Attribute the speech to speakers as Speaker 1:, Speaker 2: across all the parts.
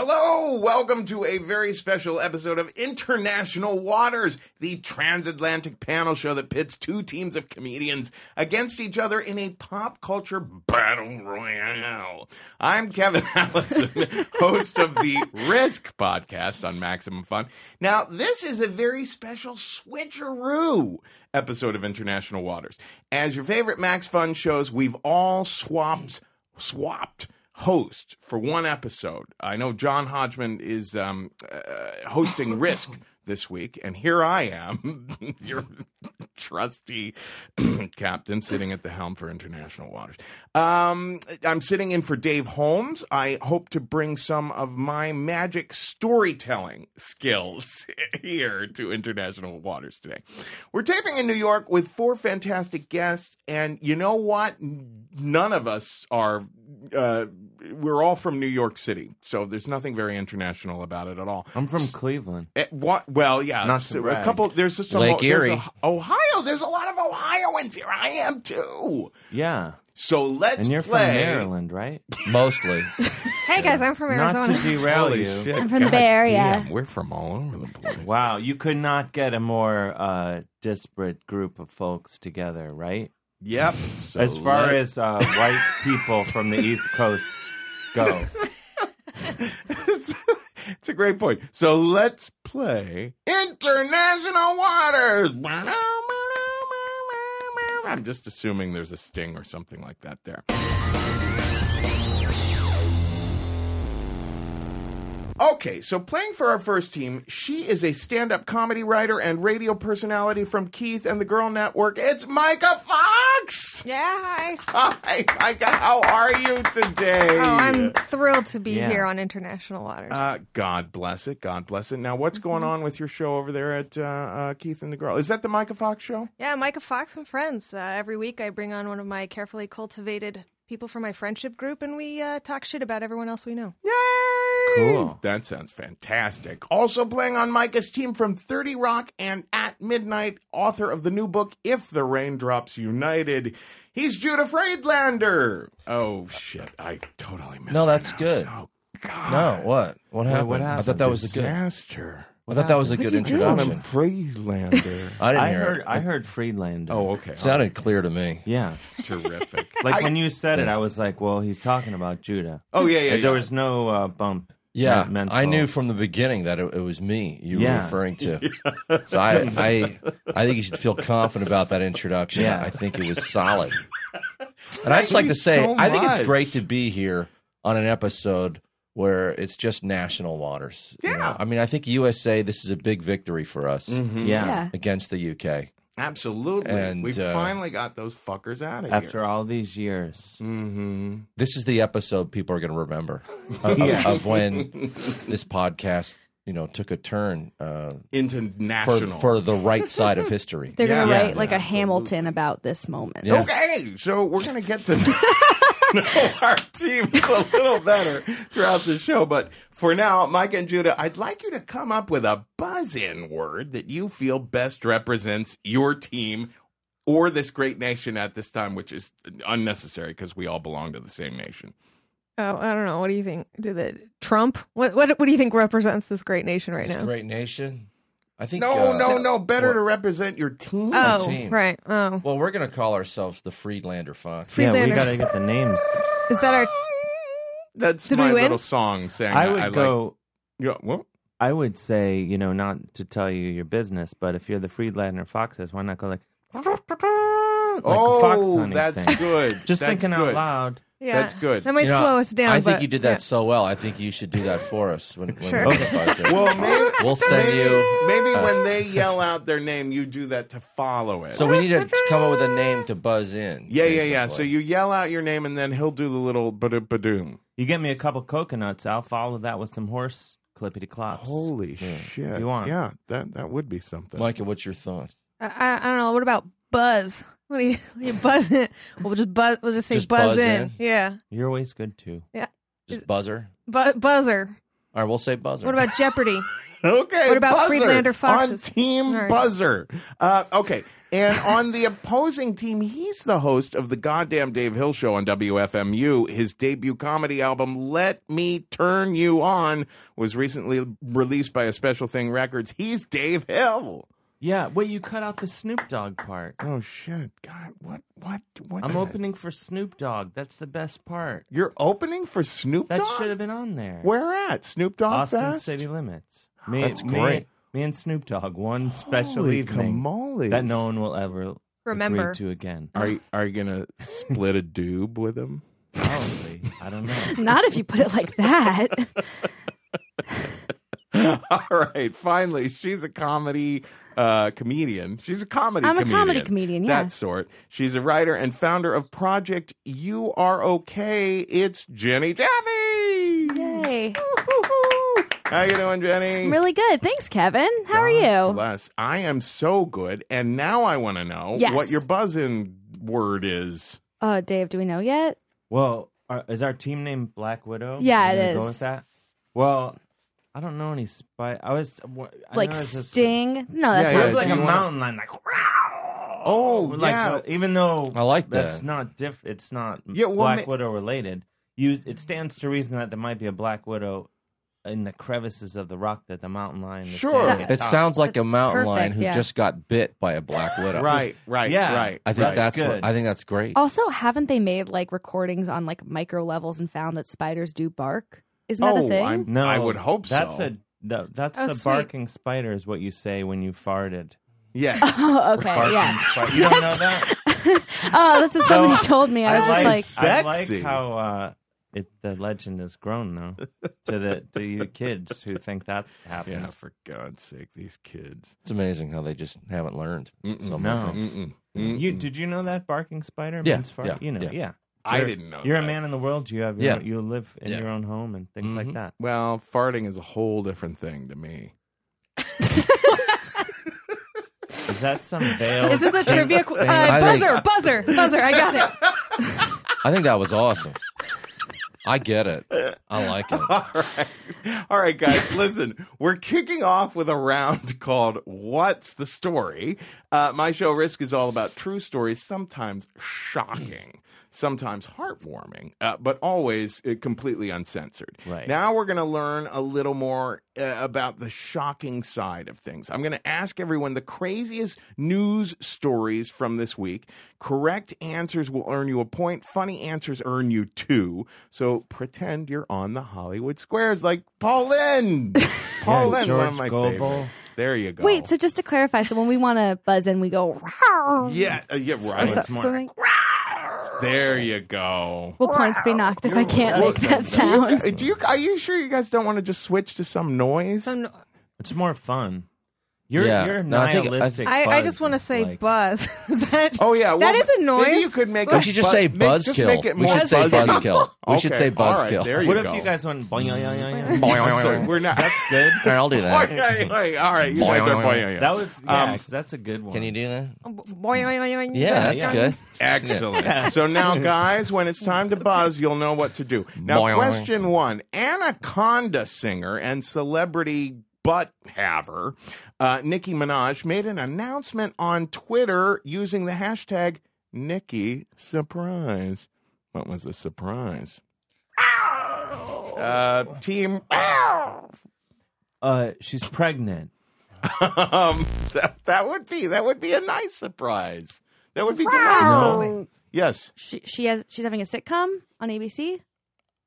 Speaker 1: Hello, welcome to a very special episode of International Waters, the transatlantic panel show that pits two teams of comedians against each other in a pop culture battle royale. I'm Kevin Allison, host of the Risk podcast on Maximum Fun. Now, this is a very special switcheroo episode of International Waters. As your favorite Max Fun shows, we've all swapped swapped host for one episode. I know John Hodgman is um, uh, hosting Risk this week, and here I am, your trusty captain, sitting at the helm for International Waters. Um, I'm sitting in for Dave Holmes. I hope to bring some of my magic storytelling skills here to International Waters today. We're taping in New York with four fantastic guests, and you know what? None of us are uh, we're all from New York City, so there's nothing very international about it at all.
Speaker 2: I'm from Cleveland.
Speaker 1: Eh, what, well, yeah,
Speaker 2: Not
Speaker 1: s-
Speaker 2: to
Speaker 1: a
Speaker 2: brag.
Speaker 1: couple. There's just some
Speaker 3: Lake
Speaker 1: there's a-
Speaker 3: Erie.
Speaker 1: Ohio. There's a lot of Ohioans here. I am too.
Speaker 2: Yeah.
Speaker 1: So let's
Speaker 2: And you're
Speaker 1: play.
Speaker 2: from Maryland, right?
Speaker 3: Mostly.
Speaker 4: Hey guys, I'm from
Speaker 2: Not
Speaker 4: Arizona.
Speaker 2: to derail
Speaker 1: Holy
Speaker 2: you.
Speaker 1: shit,
Speaker 4: I'm from the
Speaker 1: God
Speaker 4: Bay Area.
Speaker 1: damn, we're from all over the place.
Speaker 2: Wow, you could not get a more uh, disparate group of folks together, right?
Speaker 1: Yep. So
Speaker 2: as far
Speaker 1: let-
Speaker 2: as uh, white people from the East Coast go.
Speaker 1: it's, it's a great point. So let's play International Waters. I'm just assuming there's a sting or something like that there. Okay, so playing for our first team, she is a stand up comedy writer and radio personality from Keith and the Girl Network. It's Micah Fox!
Speaker 4: Yeah, hi.
Speaker 1: Hi, Micah, how are you today?
Speaker 4: Oh, I'm thrilled to be
Speaker 2: Yeah.
Speaker 4: here on international waters.
Speaker 1: Uh, God bless it. God bless it. Now, what's going on with your show over there at uh, uh, Keith and the Girl? Is that the Micah Fox show?
Speaker 4: yeah, Micah Fox and friends. Uh, every week, I bring on one of my carefully cultivated people from my friendship group, and we uh, talk shit about everyone else we know.
Speaker 1: Yay!
Speaker 2: Cool.
Speaker 1: That sounds fantastic. Also playing on Micah's team from 30 Rock and At Midnight, author of the new book, If the Raindrops United. He's Judah Friedlander. Oh, shit. I totally missed
Speaker 3: No,
Speaker 1: my
Speaker 3: that's
Speaker 1: notes.
Speaker 3: good.
Speaker 1: Oh, God.
Speaker 3: No, what? What happened?
Speaker 2: what
Speaker 3: I thought that was a good.
Speaker 1: disaster.
Speaker 3: I thought that was a
Speaker 4: What'd
Speaker 3: good
Speaker 4: you do?
Speaker 1: Judah
Speaker 3: introduction.
Speaker 1: Friedlander.
Speaker 3: I didn't
Speaker 2: I
Speaker 3: hear
Speaker 2: heard
Speaker 3: it.
Speaker 2: I heard Friedlander.
Speaker 1: oh, okay.
Speaker 3: It sounded clear to me.
Speaker 2: yeah.
Speaker 1: terrific.
Speaker 2: Like when you said it, I was like, well, he's talking about Judah.
Speaker 1: Oh, yeah, yeah.
Speaker 2: Like, there
Speaker 1: yeah.
Speaker 2: was no uh, bump.
Speaker 3: Yeah,
Speaker 2: me- mental.
Speaker 3: I knew from the beginning that it, it was me you were
Speaker 2: Yeah.
Speaker 3: referring to. So I, I, I think you should feel confident about that introduction.
Speaker 2: Yeah.
Speaker 3: I think it was solid. And I just like
Speaker 1: you
Speaker 3: to say,
Speaker 1: so
Speaker 3: I think
Speaker 1: much.
Speaker 3: it's great to be here on an episode where it's just national waters. you
Speaker 1: Yeah.
Speaker 3: know? I mean, I think USA. This is a big victory for us
Speaker 2: Yeah.
Speaker 3: against the UK.
Speaker 1: Absolutely.
Speaker 3: And,
Speaker 1: we
Speaker 3: uh,
Speaker 1: finally got those fuckers out of
Speaker 2: After
Speaker 1: here.
Speaker 2: all these years.
Speaker 1: Mm-hmm.
Speaker 3: this is the episode people are going to remember of, of- of when this podcast, you know, took a turn uh, for
Speaker 1: International.
Speaker 3: for the right side of history.
Speaker 5: They're going to
Speaker 1: Yeah,
Speaker 5: write
Speaker 1: yeah,
Speaker 5: like a
Speaker 1: absolutely.
Speaker 5: Hamilton about this moment.
Speaker 3: Yeah.
Speaker 1: okay, so we're going to get to know our team a little better throughout the show. But for now, Mike and Judah, I'd like you to come up with a buzz in word that you feel best represents your team or this great nation at this time, which is unnecessary because we all belong to the same nation.
Speaker 4: Oh, I don't know. What do you think? Do the Trump? What what what do you think represents this great nation right
Speaker 3: It's a
Speaker 4: now?
Speaker 3: great nation. I think.
Speaker 1: No,
Speaker 3: uh,
Speaker 1: no, no. Better
Speaker 3: well-
Speaker 1: to represent your team.
Speaker 4: oh,
Speaker 3: team.
Speaker 4: right. Oh,
Speaker 3: Well, we're going to call ourselves the Friedlander Fox.
Speaker 2: Yeah, we
Speaker 4: Friedlander.
Speaker 2: got to get the names.
Speaker 4: is that our?
Speaker 1: That's
Speaker 4: Did
Speaker 1: my
Speaker 4: we win?
Speaker 1: little song saying
Speaker 2: I
Speaker 1: that
Speaker 2: would
Speaker 1: like-
Speaker 2: go.
Speaker 1: Yeah, well,
Speaker 2: I would say, you know, not to tell you your business, but if you're the Friedlander Foxes, why not go like, like a fox
Speaker 1: oh,
Speaker 2: hunting
Speaker 1: that's
Speaker 2: thing.
Speaker 1: good. That's
Speaker 2: Just thinking
Speaker 1: good.
Speaker 2: out loud.
Speaker 4: Yeah,
Speaker 1: That's good.
Speaker 4: That might
Speaker 3: You know,
Speaker 4: slow us down.
Speaker 3: I think
Speaker 4: but-
Speaker 3: you did that
Speaker 4: yeah.
Speaker 3: so well. I think you should do that for us. When, when
Speaker 4: Sure.
Speaker 3: we buzz in.
Speaker 1: Well, maybe,
Speaker 3: we'll send you. uh,
Speaker 1: maybe when they yell out their name, you do that to follow it.
Speaker 3: So we need to come up with a name to buzz in.
Speaker 1: yeah, yeah, yeah. So
Speaker 3: basically.
Speaker 1: you yell out your name, and then he'll do the little ba badoom.
Speaker 2: You get me a couple coconuts, I'll follow that with some horse clippity clops.
Speaker 1: Holy shit!
Speaker 2: You want-
Speaker 1: Yeah, that that would be something.
Speaker 3: Michael, what's your thoughts?
Speaker 4: I, I- I don't know. What about buzz? What do you, what do you buzz in? We'll just buzz. We'll just say
Speaker 3: Just
Speaker 4: buzz,
Speaker 3: buzz
Speaker 4: in.
Speaker 3: in?
Speaker 4: Yeah,
Speaker 2: You're always good too.
Speaker 3: Just buzzer.
Speaker 4: Bu- buzzer.
Speaker 3: All right, we'll say buzzer.
Speaker 4: What about Jeopardy?
Speaker 1: Okay.
Speaker 4: What about
Speaker 1: buzzer
Speaker 4: Friedlander foxes?
Speaker 1: On Team
Speaker 4: All right.
Speaker 1: Buzzer. Uh, okay. And on the opposing team, he's the host of the goddamn Dave Hill Show on WFMU. His debut comedy album, Let Me Turn You On, was recently released by a Special Thing Records. He's Dave Hill.
Speaker 2: Yeah, wait, you cut out the Snoop Dogg part.
Speaker 1: Oh shit! God, what, what, what?
Speaker 2: I'm opening for Snoop Dogg. That's the best part.
Speaker 1: You're opening for Snoop
Speaker 2: That
Speaker 1: Dogg.
Speaker 2: should have been on there.
Speaker 1: Where at Snoop Dogg
Speaker 2: Austin
Speaker 1: Fest?
Speaker 2: City Limits. Me,
Speaker 3: That's
Speaker 2: me-
Speaker 3: great.
Speaker 2: Me, and Snoop Dogg, one special
Speaker 1: Oh, Holy
Speaker 2: evening
Speaker 1: Camales.
Speaker 2: that no one will ever
Speaker 4: Remember.
Speaker 2: agree to again.
Speaker 1: Are you, are you gonna split a doob with him?
Speaker 2: Probably. I don't know.
Speaker 5: Not if you put it like that.
Speaker 1: All right. Finally, she's a comedy uh, comedian. She's a comedy.
Speaker 5: I'm a
Speaker 1: comedian,
Speaker 5: comedy comedian, yeah.
Speaker 1: that sort. She's a writer and founder of Project You Are Okay. It's Jenny Jaffe.
Speaker 5: Yay.
Speaker 1: Woo-hoo-hoo. How you doing, Jenny?
Speaker 5: I'm really good. Thanks, Kevin. How are you?
Speaker 1: Bless. I am so good. And now I want to know
Speaker 5: Yes.
Speaker 1: what your buzzing word is.
Speaker 5: Oh, Dave, do we know yet?
Speaker 2: Well, are, is our team name Black Widow? You
Speaker 5: Yeah, it
Speaker 2: gonna Go
Speaker 5: is.
Speaker 2: with that. Well, I don't know any spy. I was wha- I
Speaker 5: Like
Speaker 2: know it's just-
Speaker 5: Sting? No, that's
Speaker 1: Yeah,
Speaker 2: What
Speaker 5: not.
Speaker 2: if, like
Speaker 1: do
Speaker 2: a
Speaker 1: you wanna-
Speaker 2: mountain lion, like. Oh, like
Speaker 1: yeah.
Speaker 2: uh, even though
Speaker 3: I like
Speaker 2: that's
Speaker 3: that.
Speaker 2: not diff. It's not
Speaker 1: Yeah, well,
Speaker 2: Black
Speaker 1: ma-
Speaker 2: Widow related. You, it stands to reason that there might be a Black Widow in the crevices of the rock that the mountain lion. Is
Speaker 1: Sure.
Speaker 2: standing
Speaker 5: That-
Speaker 3: It
Speaker 2: atop.
Speaker 3: sounds like a
Speaker 5: That's
Speaker 3: mountain
Speaker 5: perfect,
Speaker 3: lion who
Speaker 5: yeah.
Speaker 3: just got bit by a black widow.
Speaker 1: Right. Right.
Speaker 2: Yeah.
Speaker 1: Right.
Speaker 3: I think
Speaker 1: right.
Speaker 3: that's
Speaker 2: Good.
Speaker 3: what, I think that's great.
Speaker 5: Also, haven't they made like recordings on like micro levels and found that spiders do bark? Isn't that
Speaker 1: Oh,
Speaker 5: a thing?
Speaker 1: I'm-
Speaker 2: No,
Speaker 1: I would hope
Speaker 2: that's
Speaker 1: so.
Speaker 2: A, no, that's
Speaker 4: Oh,
Speaker 2: the
Speaker 4: sweet.
Speaker 2: barking spider is what you say when you farted.
Speaker 1: Yes.
Speaker 5: Oh, okay,
Speaker 2: Barking
Speaker 5: yeah.
Speaker 2: spider. You don't know that?
Speaker 5: Oh, that's what somebody told me. I was just like,
Speaker 1: like-
Speaker 2: I
Speaker 1: Sexy.
Speaker 2: like how uh, it, the legend has grown though to the to you kids who think that happened.
Speaker 1: yeah. For God's sake, these kids.
Speaker 3: It's amazing how they just haven't learned.
Speaker 1: Mm-mm.
Speaker 3: some
Speaker 2: No.
Speaker 3: things.
Speaker 2: You did you know that barking spider
Speaker 3: Mm-hmm. Yeah,
Speaker 2: means fart?
Speaker 3: yeah,
Speaker 2: you know, yeah.
Speaker 3: yeah.
Speaker 1: I
Speaker 2: You're-
Speaker 1: didn't know.
Speaker 2: You're
Speaker 1: that.
Speaker 2: a man in the world. You have your
Speaker 3: Yeah.
Speaker 2: own, you live in
Speaker 3: Yeah.
Speaker 2: your own home and things like
Speaker 3: Mhm.
Speaker 2: that.
Speaker 1: Well, farting is a whole different thing to me.
Speaker 2: Is that some veil?
Speaker 4: Is this a trivia? qu- Uh,
Speaker 3: I think-
Speaker 4: buzzer, buzzer, buzzer. I got it.
Speaker 3: I think that was awesome. I get it. I like it.
Speaker 1: All right. All right, guys, listen, we're kicking off with a round called What's the Story? Uh, my show Risk is all about true stories, sometimes shocking, sometimes heartwarming, uh, but always uh, completely uncensored.
Speaker 2: Right.
Speaker 1: Now we're going to learn a little more uh, about the shocking side of things. I'm going to ask everyone the craziest news stories from this week. Correct answers will earn you a point, funny answers earn you two. So pretend you're on the Hollywood Squares like Paul Lynn. Paul Lynn,
Speaker 2: Yeah,
Speaker 1: one of
Speaker 2: George
Speaker 1: my
Speaker 2: Gobel.
Speaker 1: favorites. There you go.
Speaker 5: wait. So just to clarify, so when we want to buzz in, we go. "Rawr."
Speaker 1: yeah, uh, yeah,
Speaker 5: Or
Speaker 1: right.
Speaker 5: so- something.
Speaker 1: There you go.
Speaker 5: Will points be knocked if I can't
Speaker 2: Well,
Speaker 5: make that sound?
Speaker 1: Do you? Are you sure you guys don't want to just switch to some noise?
Speaker 4: Some-
Speaker 2: It's more fun. You're
Speaker 3: Yeah.
Speaker 2: you're
Speaker 3: No, I think- I-
Speaker 2: nihilistic.
Speaker 4: I, I
Speaker 2: buzz
Speaker 4: just want to
Speaker 2: is
Speaker 4: say
Speaker 2: like-
Speaker 4: buzz. Is that-
Speaker 1: Oh yeah,
Speaker 4: that is a noise.
Speaker 1: Maybe you could make.
Speaker 3: We
Speaker 1: a
Speaker 3: should just
Speaker 1: bu-
Speaker 3: say
Speaker 1: make-
Speaker 3: buzzkill.
Speaker 1: Just make it
Speaker 3: we
Speaker 1: more
Speaker 3: should say
Speaker 1: buzzy.
Speaker 3: buzzkill. We should
Speaker 1: Okay,
Speaker 3: say
Speaker 1: all right,
Speaker 3: buzzkill.
Speaker 1: there you
Speaker 2: What
Speaker 1: go.
Speaker 2: if you guys went?
Speaker 1: I'm sorry, we're not.
Speaker 2: That's good.
Speaker 3: All right, I'll do
Speaker 1: Boy,
Speaker 3: that.
Speaker 1: yeah, yeah, all right, you guys are boy, yeah.
Speaker 2: That was yeah. 'cause that's a good one.
Speaker 3: Um, Can you do that?
Speaker 4: yeah,
Speaker 3: Yeah, that's good.
Speaker 1: excellent. So now, guys, when it's time to buzz, you'll know what to do. Now,
Speaker 3: Boing.
Speaker 1: question one: Anaconda singer and celebrity butt haver uh, Nicki Minaj made an announcement on Twitter using the hashtag Nicki Surprise. What was the surprise? Uh, team.
Speaker 2: Uh, she's pregnant.
Speaker 1: Um, that, that would be that would be a nice surprise. That would be delightful.
Speaker 5: Wow.
Speaker 1: Yes.
Speaker 5: She, she has. She's having a sitcom on ABC.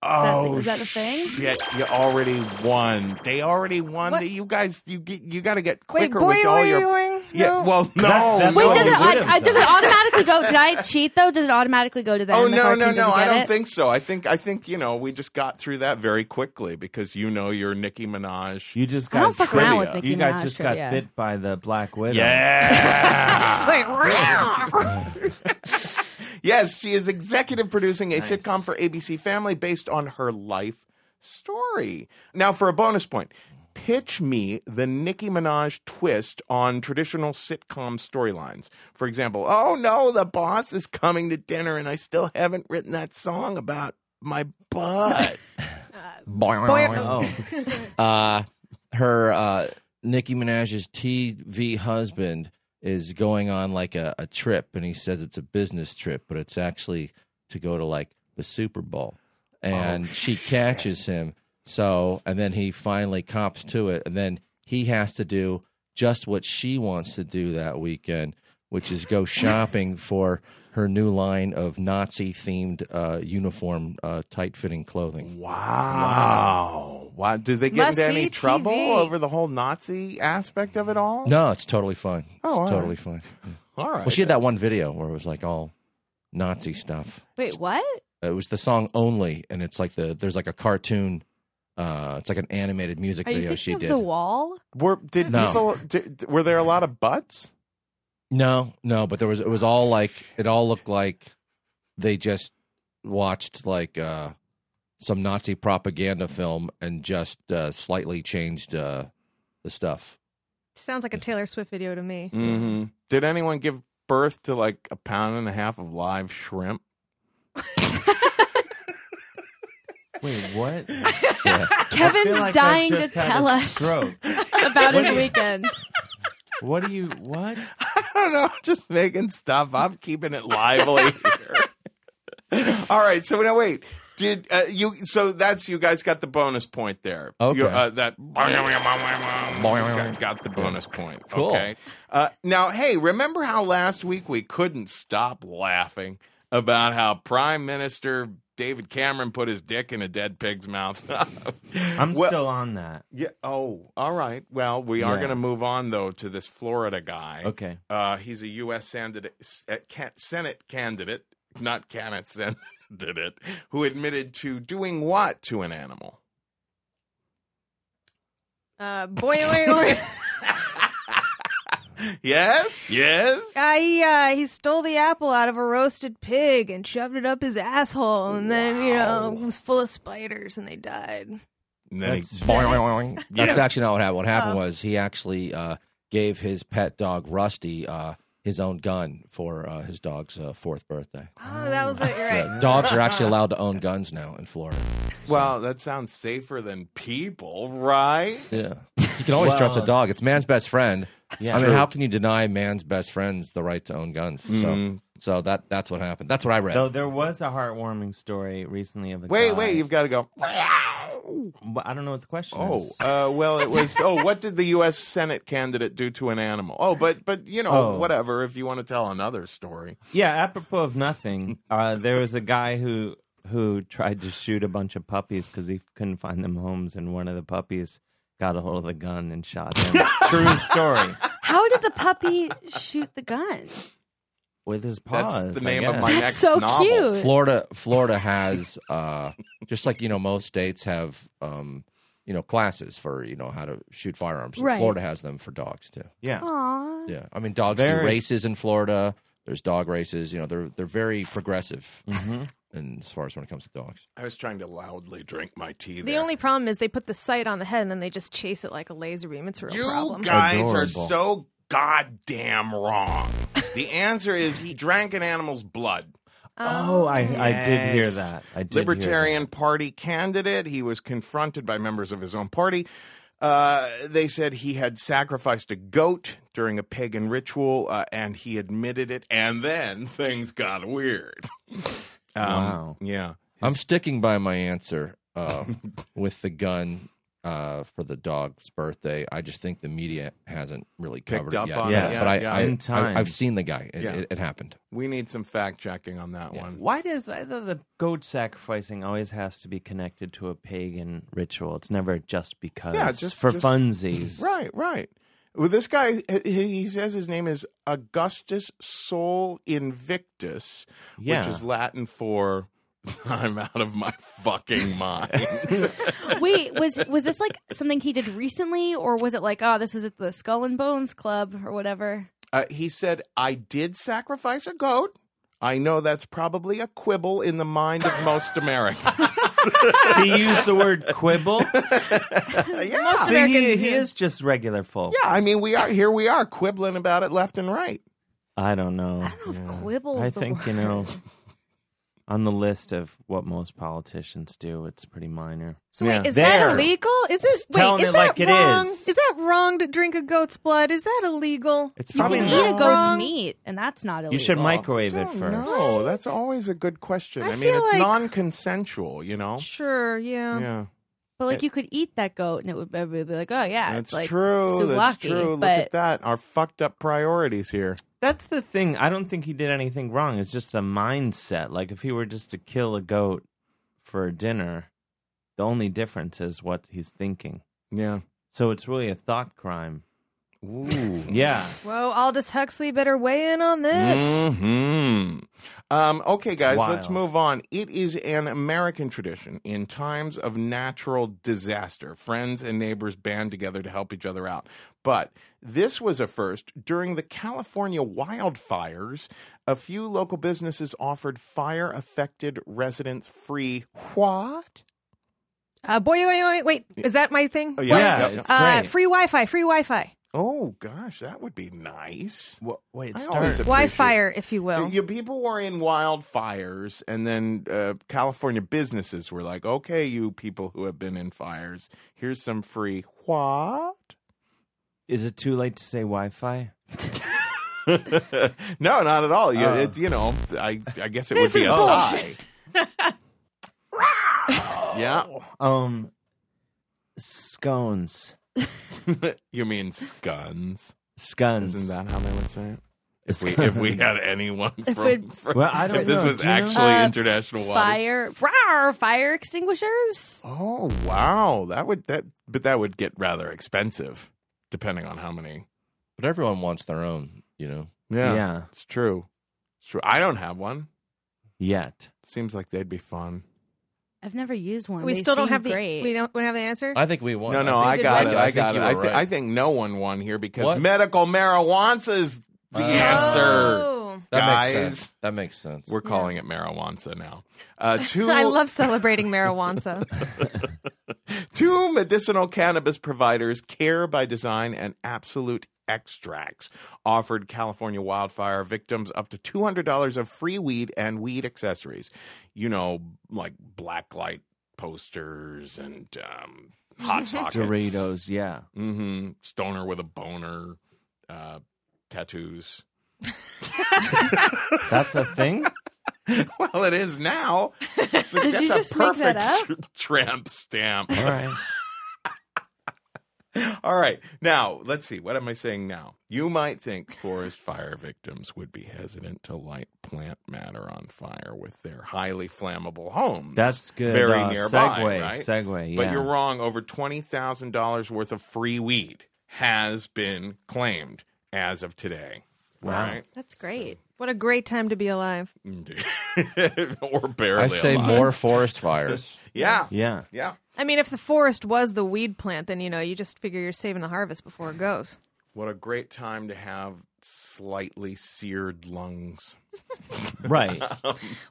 Speaker 1: Oh,
Speaker 5: is that the thing?
Speaker 1: Shit, you already won. They already won.
Speaker 4: What?
Speaker 1: That you guys, you get, you got to get
Speaker 4: Wait,
Speaker 1: quicker
Speaker 4: boy,
Speaker 1: with all your. Yeah.
Speaker 4: yeah,
Speaker 1: Well, no.
Speaker 2: That- that's
Speaker 1: no.
Speaker 5: Wait,
Speaker 2: Oh,
Speaker 5: does it,
Speaker 2: we
Speaker 5: aut-
Speaker 2: would've
Speaker 5: uh, does it automatically go? Did I cheat though? Does it automatically go to them?
Speaker 1: Oh
Speaker 5: if
Speaker 1: no
Speaker 5: our team
Speaker 1: no no!
Speaker 5: doesn't
Speaker 1: I
Speaker 5: get
Speaker 1: don't
Speaker 5: it?
Speaker 1: think so. I think I think you know we just got through that very quickly because you know you're Nicki Minaj.
Speaker 2: You just
Speaker 5: I
Speaker 2: got
Speaker 5: don't fuck around
Speaker 1: with
Speaker 5: Nicki
Speaker 2: You guys
Speaker 5: Minaj
Speaker 2: just
Speaker 5: trivia.
Speaker 2: got bit by the black widow.
Speaker 1: yeah.
Speaker 4: wait,
Speaker 1: Yes, she is executive producing a sitcom for ABC Family based on her life story. Now, for a bonus point, pitch me the Nicki Minaj twist on traditional sitcom storylines. For example, oh no, the boss is coming to dinner and I still haven't written that song about my butt.
Speaker 2: Oh,
Speaker 4: boy,
Speaker 3: Uh, her uh, Nicki Minaj's TV husband is going on like a, a trip, and he says it's a business trip, but it's actually to go to like the Super Bowl,
Speaker 1: Oh,
Speaker 3: and she catches him. So, and then he finally cops to it, and then he has to do just what she wants to do that weekend, which is go shopping for her new line of Nazi themed uh, uniform, uh, tight fitting clothing.
Speaker 1: Wow. Wow. Did they get
Speaker 4: Must
Speaker 1: into any
Speaker 4: see
Speaker 1: trouble
Speaker 4: TV.
Speaker 1: over the whole Nazi aspect of it all?
Speaker 3: No, it's totally fine.
Speaker 1: Oh, all
Speaker 3: it's
Speaker 1: right.
Speaker 3: totally fine.
Speaker 1: All right.
Speaker 3: Well, she had that one video where it was like all Nazi stuff.
Speaker 5: Wait, what?
Speaker 3: It was the song only, and it's like the there's like a cartoon. Uh, it's like an animated music
Speaker 1: Oh,
Speaker 5: Are you
Speaker 3: video
Speaker 5: thinking
Speaker 3: she
Speaker 5: of
Speaker 3: did.
Speaker 5: the wall?
Speaker 1: were did
Speaker 3: No.
Speaker 1: people did, were there a lot of butts?
Speaker 3: no, no, but there was it was all like it all looked like they just watched like uh, some Nazi propaganda film and just uh, slightly changed uh, the stuff.
Speaker 4: Sounds
Speaker 1: Mm.
Speaker 4: like a Taylor Swift video to me.
Speaker 1: Mm-hmm. Did anyone give birth to like a pound and a half of live shrimp?
Speaker 2: Wait, what?
Speaker 3: Yeah.
Speaker 5: Kevin's
Speaker 2: like I
Speaker 5: dying to
Speaker 2: just had a
Speaker 5: tell us
Speaker 2: stroke.
Speaker 5: about
Speaker 2: What
Speaker 5: his
Speaker 2: do you-
Speaker 5: weekend.
Speaker 2: What do you? What?
Speaker 1: I don't know. I'm just making stuff. I'm keeping it lively here. All right. So now wait. Did uh, you? So that's you guys got the bonus point there.
Speaker 3: Okay.
Speaker 1: You, uh, that got, got the bonus point.
Speaker 3: Cool.
Speaker 1: Okay. Uh, now, hey, remember how last week we couldn't stop laughing about how Prime Minister David Cameron put his dick in a dead pig's mouth?
Speaker 2: I'm
Speaker 1: Well-
Speaker 2: still on that.
Speaker 1: Yeah. Oh, all right. Well, we are
Speaker 2: Yeah.
Speaker 1: going to move on though to this Florida guy.
Speaker 2: Okay.
Speaker 1: Uh, he's a U.S. Senate, uh, Senate candidate, not candidate, Senate, who admitted to doing what to an animal?
Speaker 4: Uh, boy, boy, boy.
Speaker 1: Yes, yes.
Speaker 4: I, uh, he stole the apple out of a roasted pig and shoved it up his asshole, and then you know
Speaker 1: Wow.
Speaker 4: it was full of spiders, and they died.
Speaker 1: And then he-
Speaker 3: That's, That's
Speaker 1: Yeah.
Speaker 3: actually not what happened. What happened
Speaker 4: Oh.
Speaker 3: was he actually uh, gave his pet dog Rusty uh, his own gun for uh, his dog's uh, fourth birthday.
Speaker 4: Oh, that was it. You're
Speaker 1: Ah.
Speaker 4: right.
Speaker 3: Yeah, dogs are actually allowed to own guns now in Florida.
Speaker 1: well, that sounds safer than people, right?
Speaker 3: Yeah, you can always trust a dog. It's man's best friend.
Speaker 2: Yeah.
Speaker 3: I mean,
Speaker 2: True.
Speaker 3: how can you deny man's best friends the right to own guns?
Speaker 2: Mm-hmm.
Speaker 3: So, so that that's what happened. That's what I read.
Speaker 2: Though Oh, there was a heartwarming story recently of a
Speaker 1: Wait,
Speaker 2: guy-
Speaker 1: wait. You've got to go.
Speaker 2: But I don't know what the question
Speaker 1: Oh,
Speaker 2: is.
Speaker 1: uh, well, it was. Oh, what did the U.S. Senate candidate do to an animal? Oh, but but you know,
Speaker 2: Oh.
Speaker 1: whatever. If you want to tell another story,
Speaker 2: Yeah, apropos of nothing, uh, there was a guy who who tried to shoot a bunch of puppies because he couldn't find them homes, and one of the puppies got a hold of the gun and shot him. True story.
Speaker 5: How did the puppy shoot the gun?
Speaker 2: With his
Speaker 1: that's
Speaker 2: paws.
Speaker 1: the
Speaker 2: I
Speaker 1: name of
Speaker 2: guess.
Speaker 1: my
Speaker 5: That's
Speaker 1: next
Speaker 5: so
Speaker 1: novel.
Speaker 5: cute.
Speaker 3: Florida, Florida has uh, just like you know most states have um, you know classes for you know how to shoot firearms. And
Speaker 5: Right.
Speaker 3: Florida has them for dogs too.
Speaker 2: Yeah.
Speaker 5: Aw.
Speaker 3: Yeah, I mean, dogs
Speaker 2: Very-
Speaker 3: do races in Florida. There's dog races. You know, they're they're very progressive,
Speaker 2: Mm-hmm.
Speaker 3: and as far as when it comes to dogs,
Speaker 1: I was trying to loudly drink my tea.
Speaker 4: The
Speaker 1: there.
Speaker 4: only problem is they put the sight on the head, and then they just chase it like a laser beam. It's a real
Speaker 1: you
Speaker 4: problem.
Speaker 1: guys
Speaker 3: Adorable.
Speaker 1: are so goddamn wrong. the answer is he drank an animal's blood.
Speaker 2: Oh, I, I did hear
Speaker 1: Yes.
Speaker 2: that. I did hear that.
Speaker 1: Libertarian Party candidate. He was confronted by members of his own party. Uh, they said he had sacrificed a goat during a pagan ritual, uh, and he admitted it. And then things got weird. Um,
Speaker 2: Wow.
Speaker 1: Yeah.
Speaker 3: I'm sticking by my answer uh, with the gun uh, for the dog's birthday. I just think the media hasn't really
Speaker 1: Picked
Speaker 3: covered
Speaker 1: up
Speaker 3: it yet.
Speaker 1: on
Speaker 2: it,
Speaker 3: but
Speaker 2: yeah,
Speaker 3: I,
Speaker 1: yeah.
Speaker 3: I,
Speaker 2: In time.
Speaker 3: I, have seen the guy. It,
Speaker 1: Yeah.
Speaker 3: it, it happened.
Speaker 1: We need some fact checking on that one.
Speaker 2: Why does the, the, the goat sacrificing always has to be connected to a pagan ritual? It's never just because.
Speaker 1: Yeah, just-
Speaker 2: for
Speaker 1: just-
Speaker 2: funsies.
Speaker 1: Right, right. Well, this guy, he- he says his name is Augustus Sol Invictus,
Speaker 2: Yeah.
Speaker 1: which is Latin for I'm out of my fucking mind.
Speaker 5: Wait, was was this like something he did recently, or was it like, oh, this was at the Skull and Bones Club or whatever?
Speaker 1: Uh, he said, I did sacrifice a goat. I know that's probably a quibble in the mind of most Americans.
Speaker 2: he used the word quibble.
Speaker 1: yeah.
Speaker 2: Uh, See, he, he is just regular folks.
Speaker 1: Yeah, I mean, we are here. We are quibbling about it left and right.
Speaker 2: I don't know.
Speaker 4: I don't know if
Speaker 2: Yeah.
Speaker 4: quibble's
Speaker 2: I
Speaker 4: the
Speaker 2: think you know. on the list of what most politicians do. It's pretty minor.
Speaker 4: So
Speaker 2: Yeah.
Speaker 4: wait, is
Speaker 2: There.
Speaker 4: that illegal? Is this
Speaker 2: telling
Speaker 4: wait? Is
Speaker 2: it
Speaker 4: that
Speaker 2: like it
Speaker 4: wrong?
Speaker 2: is.
Speaker 4: that wrong to drink a goat's blood? Is that illegal?
Speaker 2: It's
Speaker 5: You
Speaker 2: probably
Speaker 5: can
Speaker 2: not-
Speaker 5: eat a goat's
Speaker 4: wrong.
Speaker 5: meat, and that's not illegal.
Speaker 2: You should microwave it
Speaker 1: don't
Speaker 2: first.
Speaker 1: know. Oh, that's always a good question. I,
Speaker 4: I
Speaker 1: mean,
Speaker 4: feel
Speaker 1: it's
Speaker 4: like- um,
Speaker 1: non-consensual, you know.
Speaker 4: Sure, yeah.
Speaker 1: Yeah,
Speaker 5: But like, you could eat that goat, and it would everybody would be like, "Oh yeah,
Speaker 1: that's
Speaker 5: it's like
Speaker 1: true. That's
Speaker 5: souvlaki,"
Speaker 1: true. Look
Speaker 5: But
Speaker 1: at that. Our fucked up priorities here.
Speaker 2: That's the thing. I don't think he did anything wrong. It's just the mindset. Like if he were just to kill a goat for dinner, the only difference is what he's thinking.
Speaker 1: Yeah.
Speaker 2: So it's really a thought crime.
Speaker 1: Ooh.
Speaker 2: Yeah.
Speaker 4: Well, Aldous Huxley better weigh in on this.
Speaker 2: Mm-hmm.
Speaker 1: Mhm. Um, okay, guys, let's
Speaker 2: wild.
Speaker 1: move on. It is an American tradition in times of natural disaster. Friends and neighbors band together to help each other out. But this was a first. During the California wildfires, a few local businesses offered fire affected residents free what?
Speaker 4: Uh, boy, wait, wait, wait. Is that my thing?
Speaker 1: Oh,
Speaker 2: Yeah,
Speaker 1: Yeah.
Speaker 2: it's
Speaker 4: Uh,
Speaker 2: great.
Speaker 4: free Wi-Fi. Free Wi-Fi.
Speaker 1: Oh, gosh, that would be nice.
Speaker 2: Wha- Wait,
Speaker 1: I
Speaker 2: start.
Speaker 1: always appreciate-
Speaker 4: Wi-Fi, if you will.
Speaker 1: Your people were in wildfires, and then uh, California businesses were like, "Okay, you people who have been in fires, here's some free what."
Speaker 2: Is it too late to say Wi-Fi?
Speaker 1: no, not at all. You,
Speaker 2: Oh.
Speaker 1: it, you know, I, I guess it
Speaker 4: This
Speaker 1: would be
Speaker 4: is
Speaker 1: a
Speaker 4: bullshit.
Speaker 1: tie. yeah,
Speaker 2: Um, scones,
Speaker 1: you mean scuns?
Speaker 2: scones.
Speaker 1: Isn't that how they would say it? If we, if we had anyone
Speaker 5: If
Speaker 1: from,
Speaker 5: we'd-
Speaker 1: from
Speaker 2: Well, I don't
Speaker 1: if this
Speaker 2: know.
Speaker 1: was
Speaker 2: Do you know?
Speaker 1: actually
Speaker 5: Uh,
Speaker 1: international waters.
Speaker 5: fire, Rawr, fire extinguishers.
Speaker 1: Oh wow, that would that, but that would get rather expensive, depending on how many.
Speaker 3: But everyone wants their own, you know.
Speaker 2: yeah.
Speaker 1: It's true. It's true. I don't have one.
Speaker 2: Yet.
Speaker 1: Seems like they'd be fun.
Speaker 5: I've never used one.
Speaker 4: we
Speaker 5: They
Speaker 4: still don't
Speaker 5: seem
Speaker 4: have
Speaker 5: great.
Speaker 4: the. We don't. We don't have the answer.
Speaker 3: I think we won.
Speaker 1: No, no,
Speaker 3: think
Speaker 1: I,
Speaker 3: you
Speaker 1: got
Speaker 3: were
Speaker 1: it.
Speaker 3: right.
Speaker 1: I got it.
Speaker 3: think
Speaker 1: I, th-
Speaker 3: you were
Speaker 1: I
Speaker 3: right.
Speaker 1: think no one won here because
Speaker 3: What?
Speaker 1: medical marijuana's the
Speaker 3: Oh.
Speaker 1: answer.
Speaker 4: Oh.
Speaker 3: that makes
Speaker 1: guys.
Speaker 3: sense. That makes sense.
Speaker 1: We're calling it marijuana now. Uh, two,
Speaker 4: I love celebrating marijuana.
Speaker 1: two medicinal cannabis providers, Care by Design and Absolute Extracts, offered California wildfire victims up to $200 of free weed and weed accessories. You know, like blacklight posters and um, hot pockets.
Speaker 2: Doritos. Yeah.
Speaker 1: Mm-hmm. Stoner with a boner. Uh, tattoos.
Speaker 2: That's a thing.
Speaker 1: Well, it is now. It's like,
Speaker 5: Did
Speaker 1: that's
Speaker 5: you
Speaker 1: a
Speaker 5: just make that
Speaker 1: perfect tramp stamp.
Speaker 2: All right.
Speaker 1: All right. Now, let's see. What am I saying now? You might think forest fire victims would be hesitant to light plant matter on fire with their highly flammable homes.
Speaker 2: That's good.
Speaker 1: Very
Speaker 2: uh,
Speaker 1: nearby,
Speaker 2: Segue.
Speaker 1: right?
Speaker 2: Segue. Yeah.
Speaker 1: But you're wrong. Over $20,000 worth of free weed has been claimed as of today.
Speaker 2: Wow.
Speaker 1: Right?
Speaker 5: That's great.
Speaker 4: what a great time to be alive.
Speaker 1: Indeed. or barely.
Speaker 3: I say
Speaker 1: alive.
Speaker 3: more forest fires.
Speaker 1: Yeah.
Speaker 2: Yeah.
Speaker 1: Yeah.
Speaker 4: I mean, if the forest was the weed plant, then you know you just figure you're saving the harvest before it goes.
Speaker 1: What a great time to have slightly seared lungs.
Speaker 2: Right.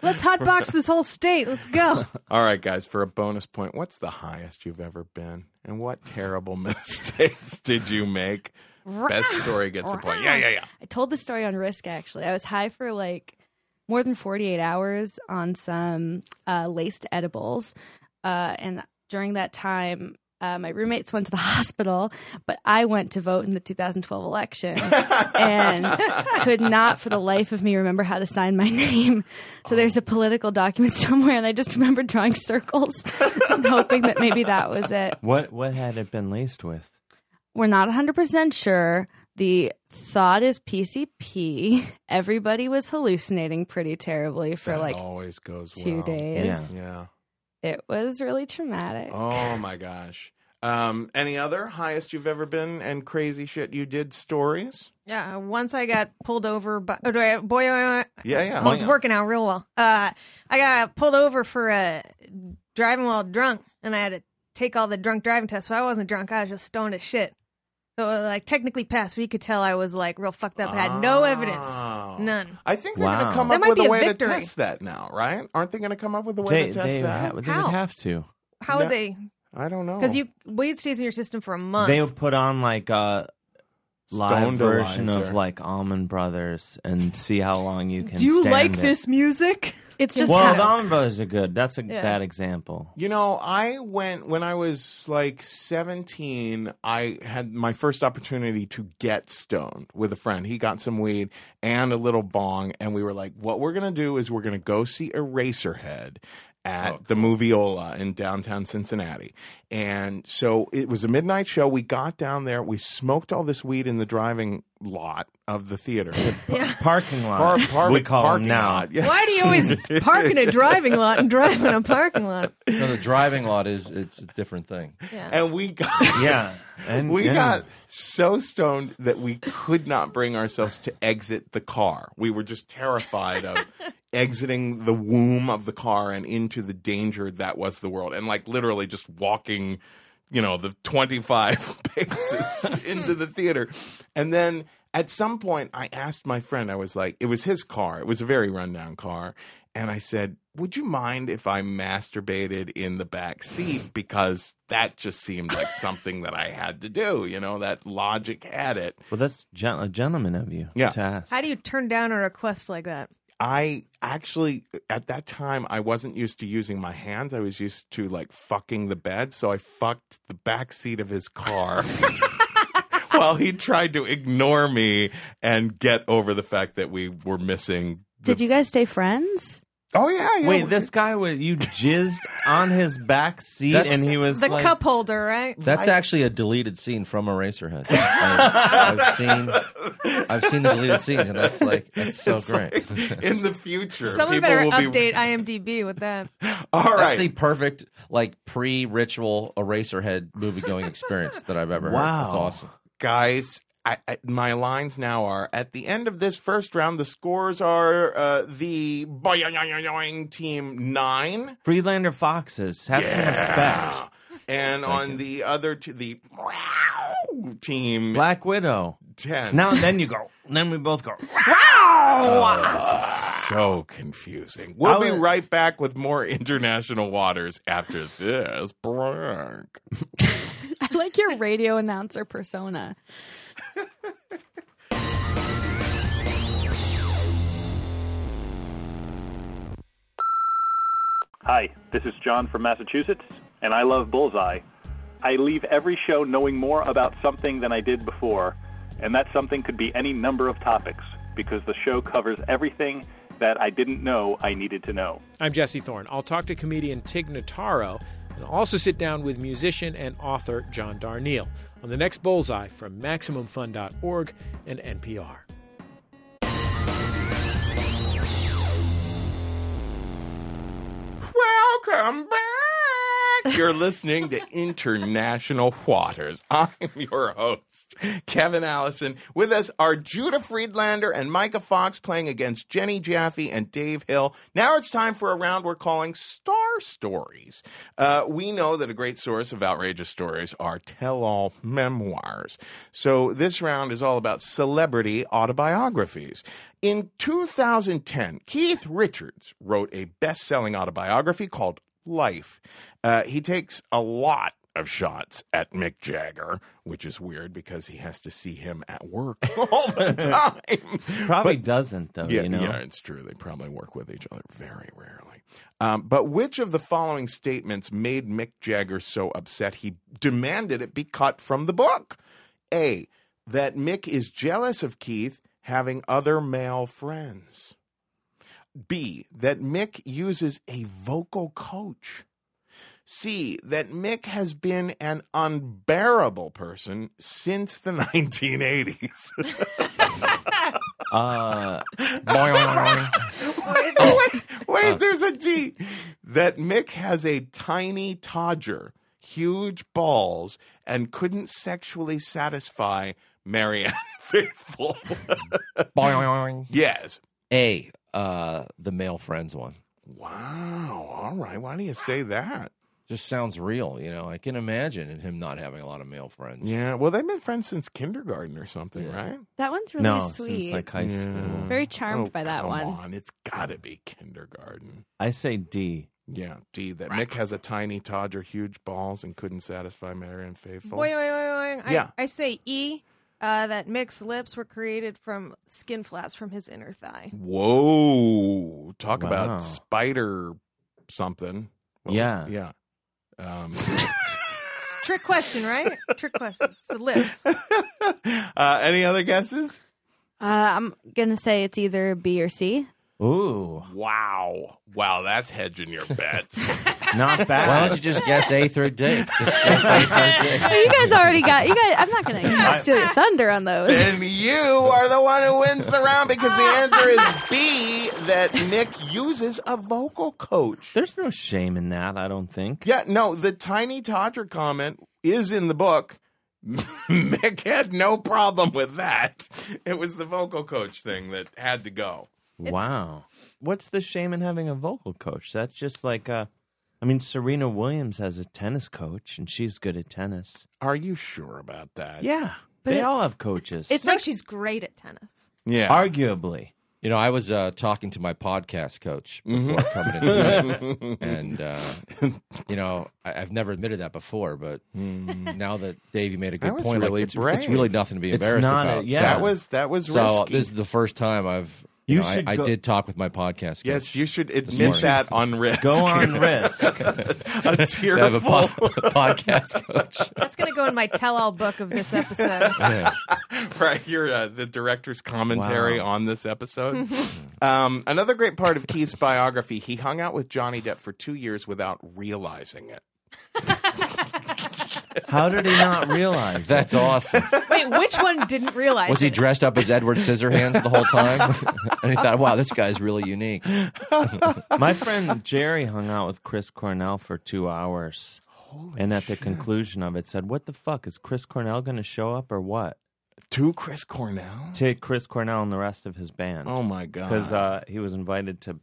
Speaker 4: Let's hotbox this whole state. Let's go.
Speaker 1: All right, guys, for a bonus point, what's the highest you've ever been? And what terrible mistakes did you make? Best story gets the point. Yeah, yeah, yeah.
Speaker 5: I told this story on Risk actually. I was high for like more than 48 hours on some uh, laced edibles. Uh, and during that time, uh, my roommates went to the hospital, but I went to vote in the 2012 election and could not for the life of me remember how to sign my name. So there's a political document somewhere, and I just remember drawing circles and hoping that maybe that was it
Speaker 2: What What had it been laced with?
Speaker 5: we're not 100% sure. The thought is PCP. Everybody was hallucinating pretty terribly for
Speaker 1: That
Speaker 5: like
Speaker 1: always goes
Speaker 5: two
Speaker 1: well.
Speaker 5: days.
Speaker 1: Yeah.
Speaker 5: It was really traumatic.
Speaker 1: Oh my gosh. Um, any other highest you've ever been and crazy shit you did stories?
Speaker 4: Yeah, once I got pulled over by oh, do I- boy, I,
Speaker 1: Yeah, yeah.
Speaker 4: oh, it's working out real well. Uh, I got pulled over for uh, driving while drunk, and I had to take all the drunk driving tests. But I wasn't drunk; I was just stoned as shit. So like technically passed, but you could tell I was like real fucked up. I had no evidence,
Speaker 1: Oh.
Speaker 4: none.
Speaker 1: I think they're going
Speaker 2: Wow.
Speaker 1: to come
Speaker 4: That
Speaker 1: up
Speaker 4: might
Speaker 1: with
Speaker 4: be
Speaker 1: a
Speaker 4: a
Speaker 1: way to
Speaker 4: victory.
Speaker 1: test that now, right? Aren't they going to come up with a way
Speaker 2: They
Speaker 1: to test
Speaker 2: they,
Speaker 1: that?
Speaker 2: ha- they
Speaker 4: How?
Speaker 2: would have to.
Speaker 4: How
Speaker 1: No.
Speaker 4: would they?
Speaker 1: I don't know.
Speaker 4: Because you weed stays in your system for a month.
Speaker 2: They would put on like uh live
Speaker 1: Stoned
Speaker 2: version
Speaker 1: Eliza.
Speaker 2: of like Almond Brothers and see how long you can.
Speaker 6: Do you
Speaker 2: stand
Speaker 6: like
Speaker 2: it.
Speaker 6: this music?
Speaker 5: It's just
Speaker 2: Well, the
Speaker 5: how-
Speaker 2: Almond Brothers are good. That's a
Speaker 4: Yeah.
Speaker 2: bad example.
Speaker 1: You know, I went when I was like 17, I had my first opportunity to get stoned with a friend. He got some weed and a little bong, and we were like, what we're going to do is we're going to go see Eraserhead at
Speaker 2: Oh,
Speaker 1: the Moviola in downtown Cincinnati. And so it was a midnight show. We got down there, we smoked all this weed in the driving lot of the theater.
Speaker 2: Parking lot.
Speaker 1: Par- par-
Speaker 2: we call them
Speaker 1: parking
Speaker 2: now.
Speaker 1: lot, yeah.
Speaker 4: Why do you always park in a driving lot and drive in a parking lot?
Speaker 3: No, the driving lot is it's a different thing.
Speaker 4: Yeah.
Speaker 1: And we got
Speaker 2: Yeah, and
Speaker 1: we
Speaker 2: yeah.
Speaker 1: got so stoned that we could not bring ourselves to exit the car. We were just terrified of exiting the womb of the car and into the danger that was the world. And like literally just walking, you know, the 25 paces into the theater. And then at some point, I asked my friend, I was like, it was his car, it was a very rundown car. And I said, Would you mind if I masturbated in the back seat? Because that just seemed like something that I had to do. You know, that logic had it.
Speaker 2: Well, that's gen- a gentleman of you
Speaker 1: Yeah.
Speaker 2: to ask.
Speaker 4: How do you turn down a request like that?
Speaker 1: I actually, at that time, I wasn't used to using my hands. I was used to like fucking the bed. So I fucked the back seat of his car. While he tried to ignore me and get over the fact that we were missing. the-
Speaker 5: Did you guys stay friends?
Speaker 1: Oh yeah, yeah.
Speaker 2: Wait, this guy was you jizzed on his back seat,
Speaker 3: That's-
Speaker 2: and he was
Speaker 4: The
Speaker 2: like,
Speaker 4: cup holder, right?
Speaker 3: That's actually a deleted scene from Eraserhead. I've, I've seen I've seen the deleted scenes, and that's like that's so
Speaker 1: It's
Speaker 3: great.
Speaker 1: like, in the future,
Speaker 4: Someone
Speaker 1: people
Speaker 4: better
Speaker 1: will
Speaker 4: update
Speaker 1: be.
Speaker 4: IMDb with that.
Speaker 1: All
Speaker 3: That's
Speaker 1: right,
Speaker 3: the perfect like pre-ritual Eraserhead movie-going experience that I've ever heard.
Speaker 2: Wow.
Speaker 3: That's awesome.
Speaker 1: guys. I, I, my lines now are at the end of this first round. The scores are uh, the boing team nine,
Speaker 2: Freelander Foxes. Have some respect.
Speaker 1: and on the other t- the wow team
Speaker 2: Black Widow.
Speaker 1: ten. Oh,
Speaker 2: Now and then you go. Then we both go.
Speaker 1: so confusing. We'll
Speaker 2: I
Speaker 1: be
Speaker 2: would-
Speaker 1: right back with more international waters after this break.
Speaker 5: I like your radio announcer persona.
Speaker 7: Hi, this is John from Massachusetts, and I love Bullseye. I leave every show knowing more about something than I did before, and that something could be any number of topics because the show covers everything that I didn't know I needed to know.
Speaker 8: I'm Jesse Thorne. I'll talk to comedian Tig Notaro and I'll also sit down with musician and author John Darnielle on the next Bullseye from MaximumFun.org and NPR.
Speaker 1: Welcome back. You're listening to International Waters. I'm your host, Kevin Allison. With us are Judah Friedlander and Micah Fox playing against Jenny Jaffe and Dave Hill. Now it's time for a round we're calling Star Stories. Uh, we know that a great source of outrageous stories are tell all memoirs. So this round is all about celebrity autobiographies. In 2010, Keith Richards wrote a best selling autobiography called Life. Uh, he takes a lot of shots at Mick Jagger, which is weird because he has to see him at work all the time.
Speaker 2: Probably doesn't though.
Speaker 1: Yeah,
Speaker 2: you know.
Speaker 1: yeah, it's true. They probably work with each other very rarely. Um, but which of the following statements made Mick Jagger so upset he demanded it be cut from the book? A. That Mick is jealous of Keith having other male friends. B. That Mick uses a vocal coach. C. That Mick has been an unbearable person since the 1980s.
Speaker 2: Uh,
Speaker 1: wait, wait, wait, there's a D. That Mick has a tiny todger, huge balls, and couldn't sexually satisfy Marianne Faithful. yes.
Speaker 3: A uh, the male friends one
Speaker 1: Wow. All right. Why do you say that?
Speaker 3: just sounds real. You know, I can imagine him not having a lot of male friends.
Speaker 1: Yeah. Well, they've been friends since kindergarten or something,
Speaker 3: Yeah.
Speaker 1: right?
Speaker 5: That one's really
Speaker 2: no,
Speaker 5: sweet.
Speaker 2: since like high school.
Speaker 5: Very charmed
Speaker 1: Oh,
Speaker 5: by that
Speaker 1: come
Speaker 5: one.
Speaker 1: on. It's got to be kindergarten.
Speaker 2: I say D.
Speaker 1: Yeah. D. That Mick has a tiny todger, huge balls, and couldn't satisfy Marianne Faithful.
Speaker 4: Boing, boing, boing, boing. I,
Speaker 1: Yeah.
Speaker 4: I say E uh, that Mick's lips were created from skin flaps from his inner thigh.
Speaker 1: Whoa! Talk
Speaker 2: Wow.
Speaker 1: about spider something.
Speaker 2: Yeah.
Speaker 1: yeah. Um,
Speaker 4: It's a trick question, right? trick question. It's the lips.
Speaker 1: uh, any other guesses?
Speaker 5: Uh, I'm gonna say it's either B or C.
Speaker 2: Ooh,
Speaker 1: Wow! Wow, that's hedging your bets.
Speaker 2: not bad.
Speaker 3: Why don't you just guess A through D? Just guess A through D.
Speaker 5: Oh, you guys already got you guys. I'm not gonna steal your thunder on those.
Speaker 1: and you are the one who wins the round because the answer is B. That Nick uses a vocal coach.
Speaker 2: There's no shame in that, I don't think.
Speaker 1: Yeah, no, the tiny Todger comment is in the book. Mick had no problem with that. It was the vocal coach thing that had to go.
Speaker 2: Wow. What's the shame in having a vocal coach? That's just like uh I mean Serena Williams has a tennis coach and she's good at tennis.
Speaker 1: Are you sure about that?
Speaker 2: Yeah. they all have coaches.
Speaker 4: It's like she's great at tennis.
Speaker 1: Yeah.
Speaker 2: arguably.
Speaker 3: You know, I was uh, talking to my podcast coach before coming in, tonight, and uh, you know, I, I've never admitted that before, but now that Dave, you made a good
Speaker 1: was
Speaker 3: point.
Speaker 1: really
Speaker 3: like, it's,
Speaker 1: brave.
Speaker 3: it's really nothing to be
Speaker 2: It's
Speaker 3: embarrassed
Speaker 2: not a-
Speaker 3: about.
Speaker 2: yeah.
Speaker 1: that was that was
Speaker 3: So, so
Speaker 1: risky.
Speaker 3: this is the first time I've. You,
Speaker 2: You
Speaker 3: know, I,
Speaker 2: should
Speaker 3: I
Speaker 2: go-
Speaker 3: did talk with my podcast. Coach.
Speaker 1: yes, you should admit
Speaker 3: morning.
Speaker 1: that on risk.
Speaker 2: Go on risk.
Speaker 1: a
Speaker 3: I have a
Speaker 1: tearful.
Speaker 3: po- podcast coach.
Speaker 4: That's going to go in my tell-all book of this episode.
Speaker 3: Yeah.
Speaker 1: right, you're uh, the director's commentary
Speaker 2: Wow.
Speaker 1: on this episode. um, another great part of Keith's biography: he hung out with Johnny Depp for two years without realizing it.
Speaker 2: How did he not realize that?
Speaker 3: That's awesome.
Speaker 4: Wait, which one didn't realize?
Speaker 3: Was he
Speaker 4: it?
Speaker 3: dressed up as Edward Scissorhands the whole time? and he thought, "Wow, this guy's really unique."
Speaker 2: My friend Jerry hung out with Chris Cornell for two hours. and at the conclusion of it said, What the fuck? Is Chris Cornell gonna show up or what?
Speaker 1: To Chris Cornell.
Speaker 2: To Chris Cornell and the rest of his band.
Speaker 1: Oh my god!
Speaker 2: Because uh, he was invited to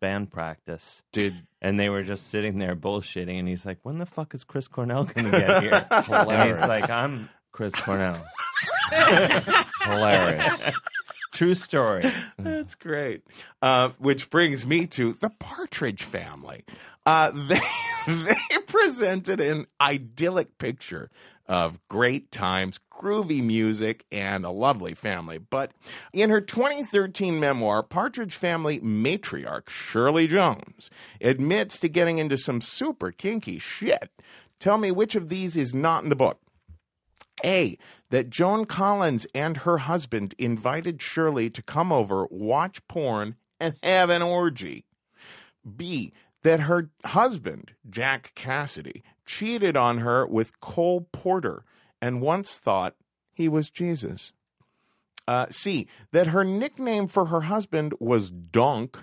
Speaker 2: band practice.
Speaker 1: did
Speaker 2: and they were just sitting there bullshitting and he's like when the fuck is chris cornell gonna get here and
Speaker 3: Hilarious.
Speaker 2: he's like i'm chris cornell
Speaker 3: Hilarious.
Speaker 2: true story
Speaker 1: That's great. Uh, which brings me to the Partridge family. Uh, they they presented an idyllic picture of great times, groovy music, and a lovely family. But in her 2013 memoir, Partridge Family matriarch Shirley Jones admits to getting into some super kinky shit. Tell me which of these is not in the book. A, that Joan Collins and her husband invited Shirley to come over, watch porn, and have an orgy. B, that her husband, Jack Cassidy, cheated on her with Cole Porter and once thought he was Jesus. Uh, C, that her nickname for her husband was Donk.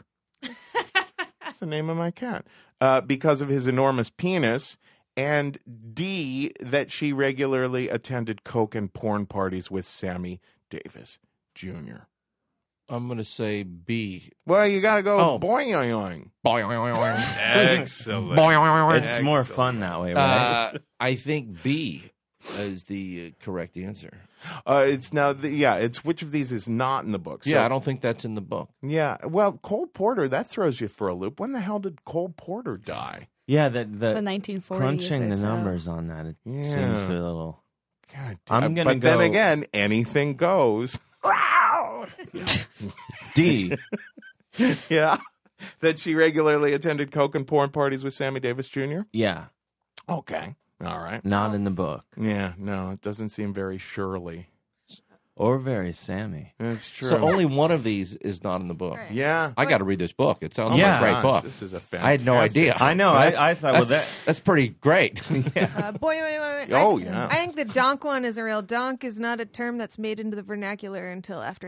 Speaker 1: That's the name of my cat. Uh, because of his enormous penis. And D, that she regularly attended coke and porn parties with Sammy Davis Jr.
Speaker 3: I'm gonna say B.
Speaker 1: Well, you got to go
Speaker 3: Oh.
Speaker 1: boing yoing.
Speaker 3: Boing.
Speaker 1: Excellent.
Speaker 2: it's more fun that way right
Speaker 3: Uh, I think B is the uh, correct answer.
Speaker 1: Uh, it's now, the, yeah, it's which of these is not in the book. So,
Speaker 3: yeah, I don't think that's in the book.
Speaker 1: Yeah, well, Cole Porter, that throws you for a loop. When the hell did Cole Porter die?
Speaker 2: yeah the, the,
Speaker 5: The 1940s.
Speaker 2: crunching
Speaker 5: or
Speaker 2: the
Speaker 5: so.
Speaker 2: numbers on that it
Speaker 1: Yeah.
Speaker 2: seems a little
Speaker 1: God
Speaker 2: I'm
Speaker 1: damn.
Speaker 2: gonna
Speaker 1: but then
Speaker 2: go-
Speaker 1: again, anything goes.
Speaker 2: d
Speaker 1: yeah. That she regularly attended coke and porn parties with Sammy Davis Jr.
Speaker 2: yeah
Speaker 1: Okay. All right.
Speaker 2: not in the book
Speaker 1: Yeah, no, it doesn't seem very surely.
Speaker 2: or very sammy
Speaker 1: That's true.
Speaker 3: So only one of these is not in the book.
Speaker 4: Right.
Speaker 1: yeah. Oh
Speaker 3: I got to read this book. It sounds
Speaker 2: Yeah.
Speaker 3: like a great
Speaker 1: Gosh,
Speaker 3: book.
Speaker 1: This is a fantastic.
Speaker 3: I had no idea.
Speaker 2: i know I, I
Speaker 3: That's-
Speaker 2: thought well that
Speaker 3: that's, that's pretty great.
Speaker 4: Uh, boy, boy, boy, boy.
Speaker 1: Oh,
Speaker 4: I,
Speaker 1: yeah.
Speaker 4: I think the donk one is a real donk is not a term that's made into the vernacular until after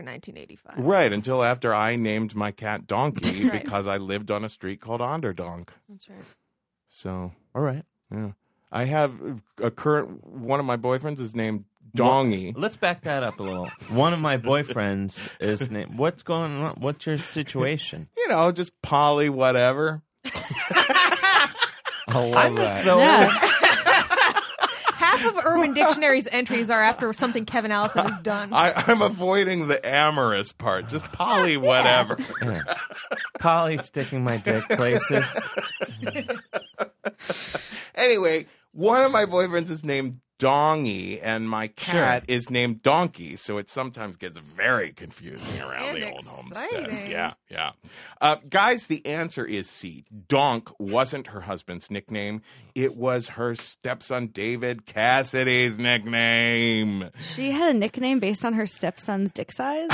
Speaker 4: 1985.
Speaker 1: Right, until after I named my cat Donkey
Speaker 4: right.
Speaker 1: because I lived on a street called Onderdonk.
Speaker 4: That's right.
Speaker 1: So
Speaker 2: all right
Speaker 1: I have a current one of my boyfriends is named Dongy.
Speaker 2: let's back that up a little one of my boyfriends is named what's going on what's your situation
Speaker 1: You know, just Polly, whatever.
Speaker 3: I love that.
Speaker 2: so
Speaker 5: Yeah.
Speaker 4: Half of Urban Dictionary's entries are after something Kevin Allison has done.
Speaker 1: I, I'm avoiding the amorous part. Just Polly, whatever.
Speaker 2: Polly sticking my dick places.
Speaker 1: anyway, One of my boyfriends is named Dongy, and my cat is named Donkey, so it sometimes gets very confusing around the
Speaker 4: And
Speaker 1: old homestead.
Speaker 4: exciting.
Speaker 1: Yeah, yeah. Uh, guys, the answer is C. Donk wasn't her husband's nickname; it was her stepson David Cassidy's nickname.
Speaker 5: She had a nickname based on her stepson's dick size.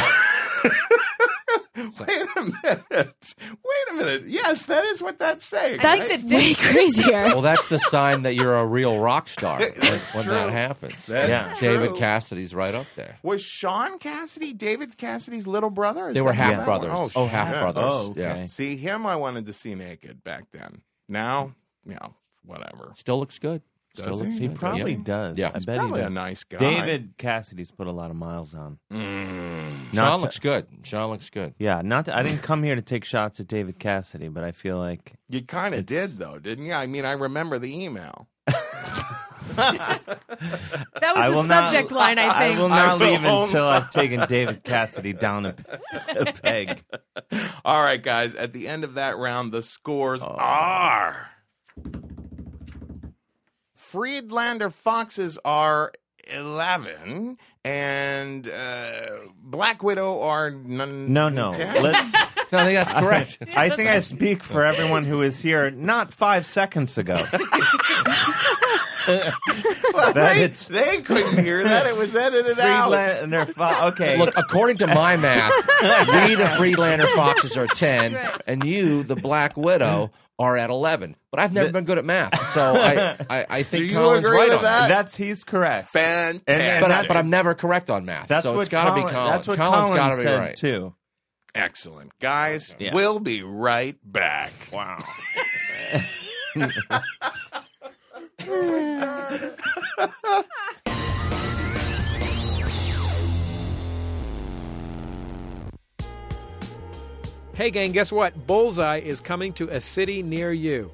Speaker 1: Wait a minute! Wait a minute! Yes, that is what that's saying.
Speaker 5: That's
Speaker 4: Right.
Speaker 5: way crazier.
Speaker 3: Well, that's the sign that you're a real rock star
Speaker 1: That's
Speaker 3: when
Speaker 1: true.
Speaker 3: that happens.
Speaker 1: That's
Speaker 3: yeah. David
Speaker 1: true.
Speaker 3: Cassidy's right up there.
Speaker 1: Was Sean Cassidy David Cassidy's little brother? Is
Speaker 3: They were
Speaker 1: that what that
Speaker 3: half brothers.
Speaker 1: was?
Speaker 3: Oh, half
Speaker 1: shit.
Speaker 3: brothers.
Speaker 2: Oh, okay.
Speaker 3: Yeah,
Speaker 1: See him, I wanted to see naked back then. Now,
Speaker 2: Hmm.
Speaker 1: you know, whatever.
Speaker 3: still looks good.
Speaker 1: Does
Speaker 3: Still
Speaker 1: he?
Speaker 3: looks
Speaker 1: He
Speaker 3: good.
Speaker 2: Probably
Speaker 3: Yeah.
Speaker 2: does.
Speaker 3: Yeah.
Speaker 2: I
Speaker 3: He's
Speaker 2: bet he
Speaker 1: Probably a
Speaker 2: does.
Speaker 1: nice guy.
Speaker 2: David Cassidy's put a lot of miles on.
Speaker 1: Mm.
Speaker 2: Not
Speaker 3: Sean
Speaker 2: to-
Speaker 3: looks good. Sean looks good.
Speaker 2: Yeah, not. To, I didn't come here to take shots at David Cassidy, but I feel like
Speaker 1: You kind of
Speaker 2: It's-
Speaker 1: did, though, didn't you? I mean, I remember the email.
Speaker 4: That was
Speaker 2: I will
Speaker 4: the
Speaker 2: not-
Speaker 4: subject line, I
Speaker 2: I
Speaker 4: think.
Speaker 2: will
Speaker 1: I
Speaker 2: not
Speaker 1: will
Speaker 2: leave
Speaker 1: own-
Speaker 2: until I've taken David Cassidy down a, a peg.
Speaker 1: All right, guys. At the end of that round, the scores
Speaker 2: Oh.
Speaker 1: are Friedlander Foxes are 11, and uh, Black Widow are none.
Speaker 2: No, no. Let's.
Speaker 3: No, I think that's correct.
Speaker 2: I think I speak for everyone who was here not five seconds ago. that
Speaker 1: they,
Speaker 2: it's
Speaker 1: they couldn't hear that. It was edited out.
Speaker 2: Friedlander. Fo- okay,
Speaker 3: Look, according to my math, we the Freelander Foxes are ten, and you the Black Widow are at eleven. But I've never been good at math, so I, I, I think
Speaker 1: you
Speaker 3: Colin's
Speaker 1: agree
Speaker 3: right
Speaker 1: with
Speaker 3: on
Speaker 1: that?
Speaker 2: that's he's correct.
Speaker 1: Fantastic.
Speaker 2: And-
Speaker 3: But, I, but I'm never correct on math,
Speaker 2: That's
Speaker 3: so
Speaker 2: what
Speaker 3: it's got to be
Speaker 2: Colin-
Speaker 3: Colin.
Speaker 2: That's what
Speaker 3: Colin's
Speaker 2: Colin
Speaker 3: gotta
Speaker 2: said
Speaker 3: be right.
Speaker 2: too.
Speaker 1: Excellent. Guys,
Speaker 2: Yeah.
Speaker 1: we'll be right back. Wow.
Speaker 8: Hey, gang, guess what? Bullseye is coming to a city near you.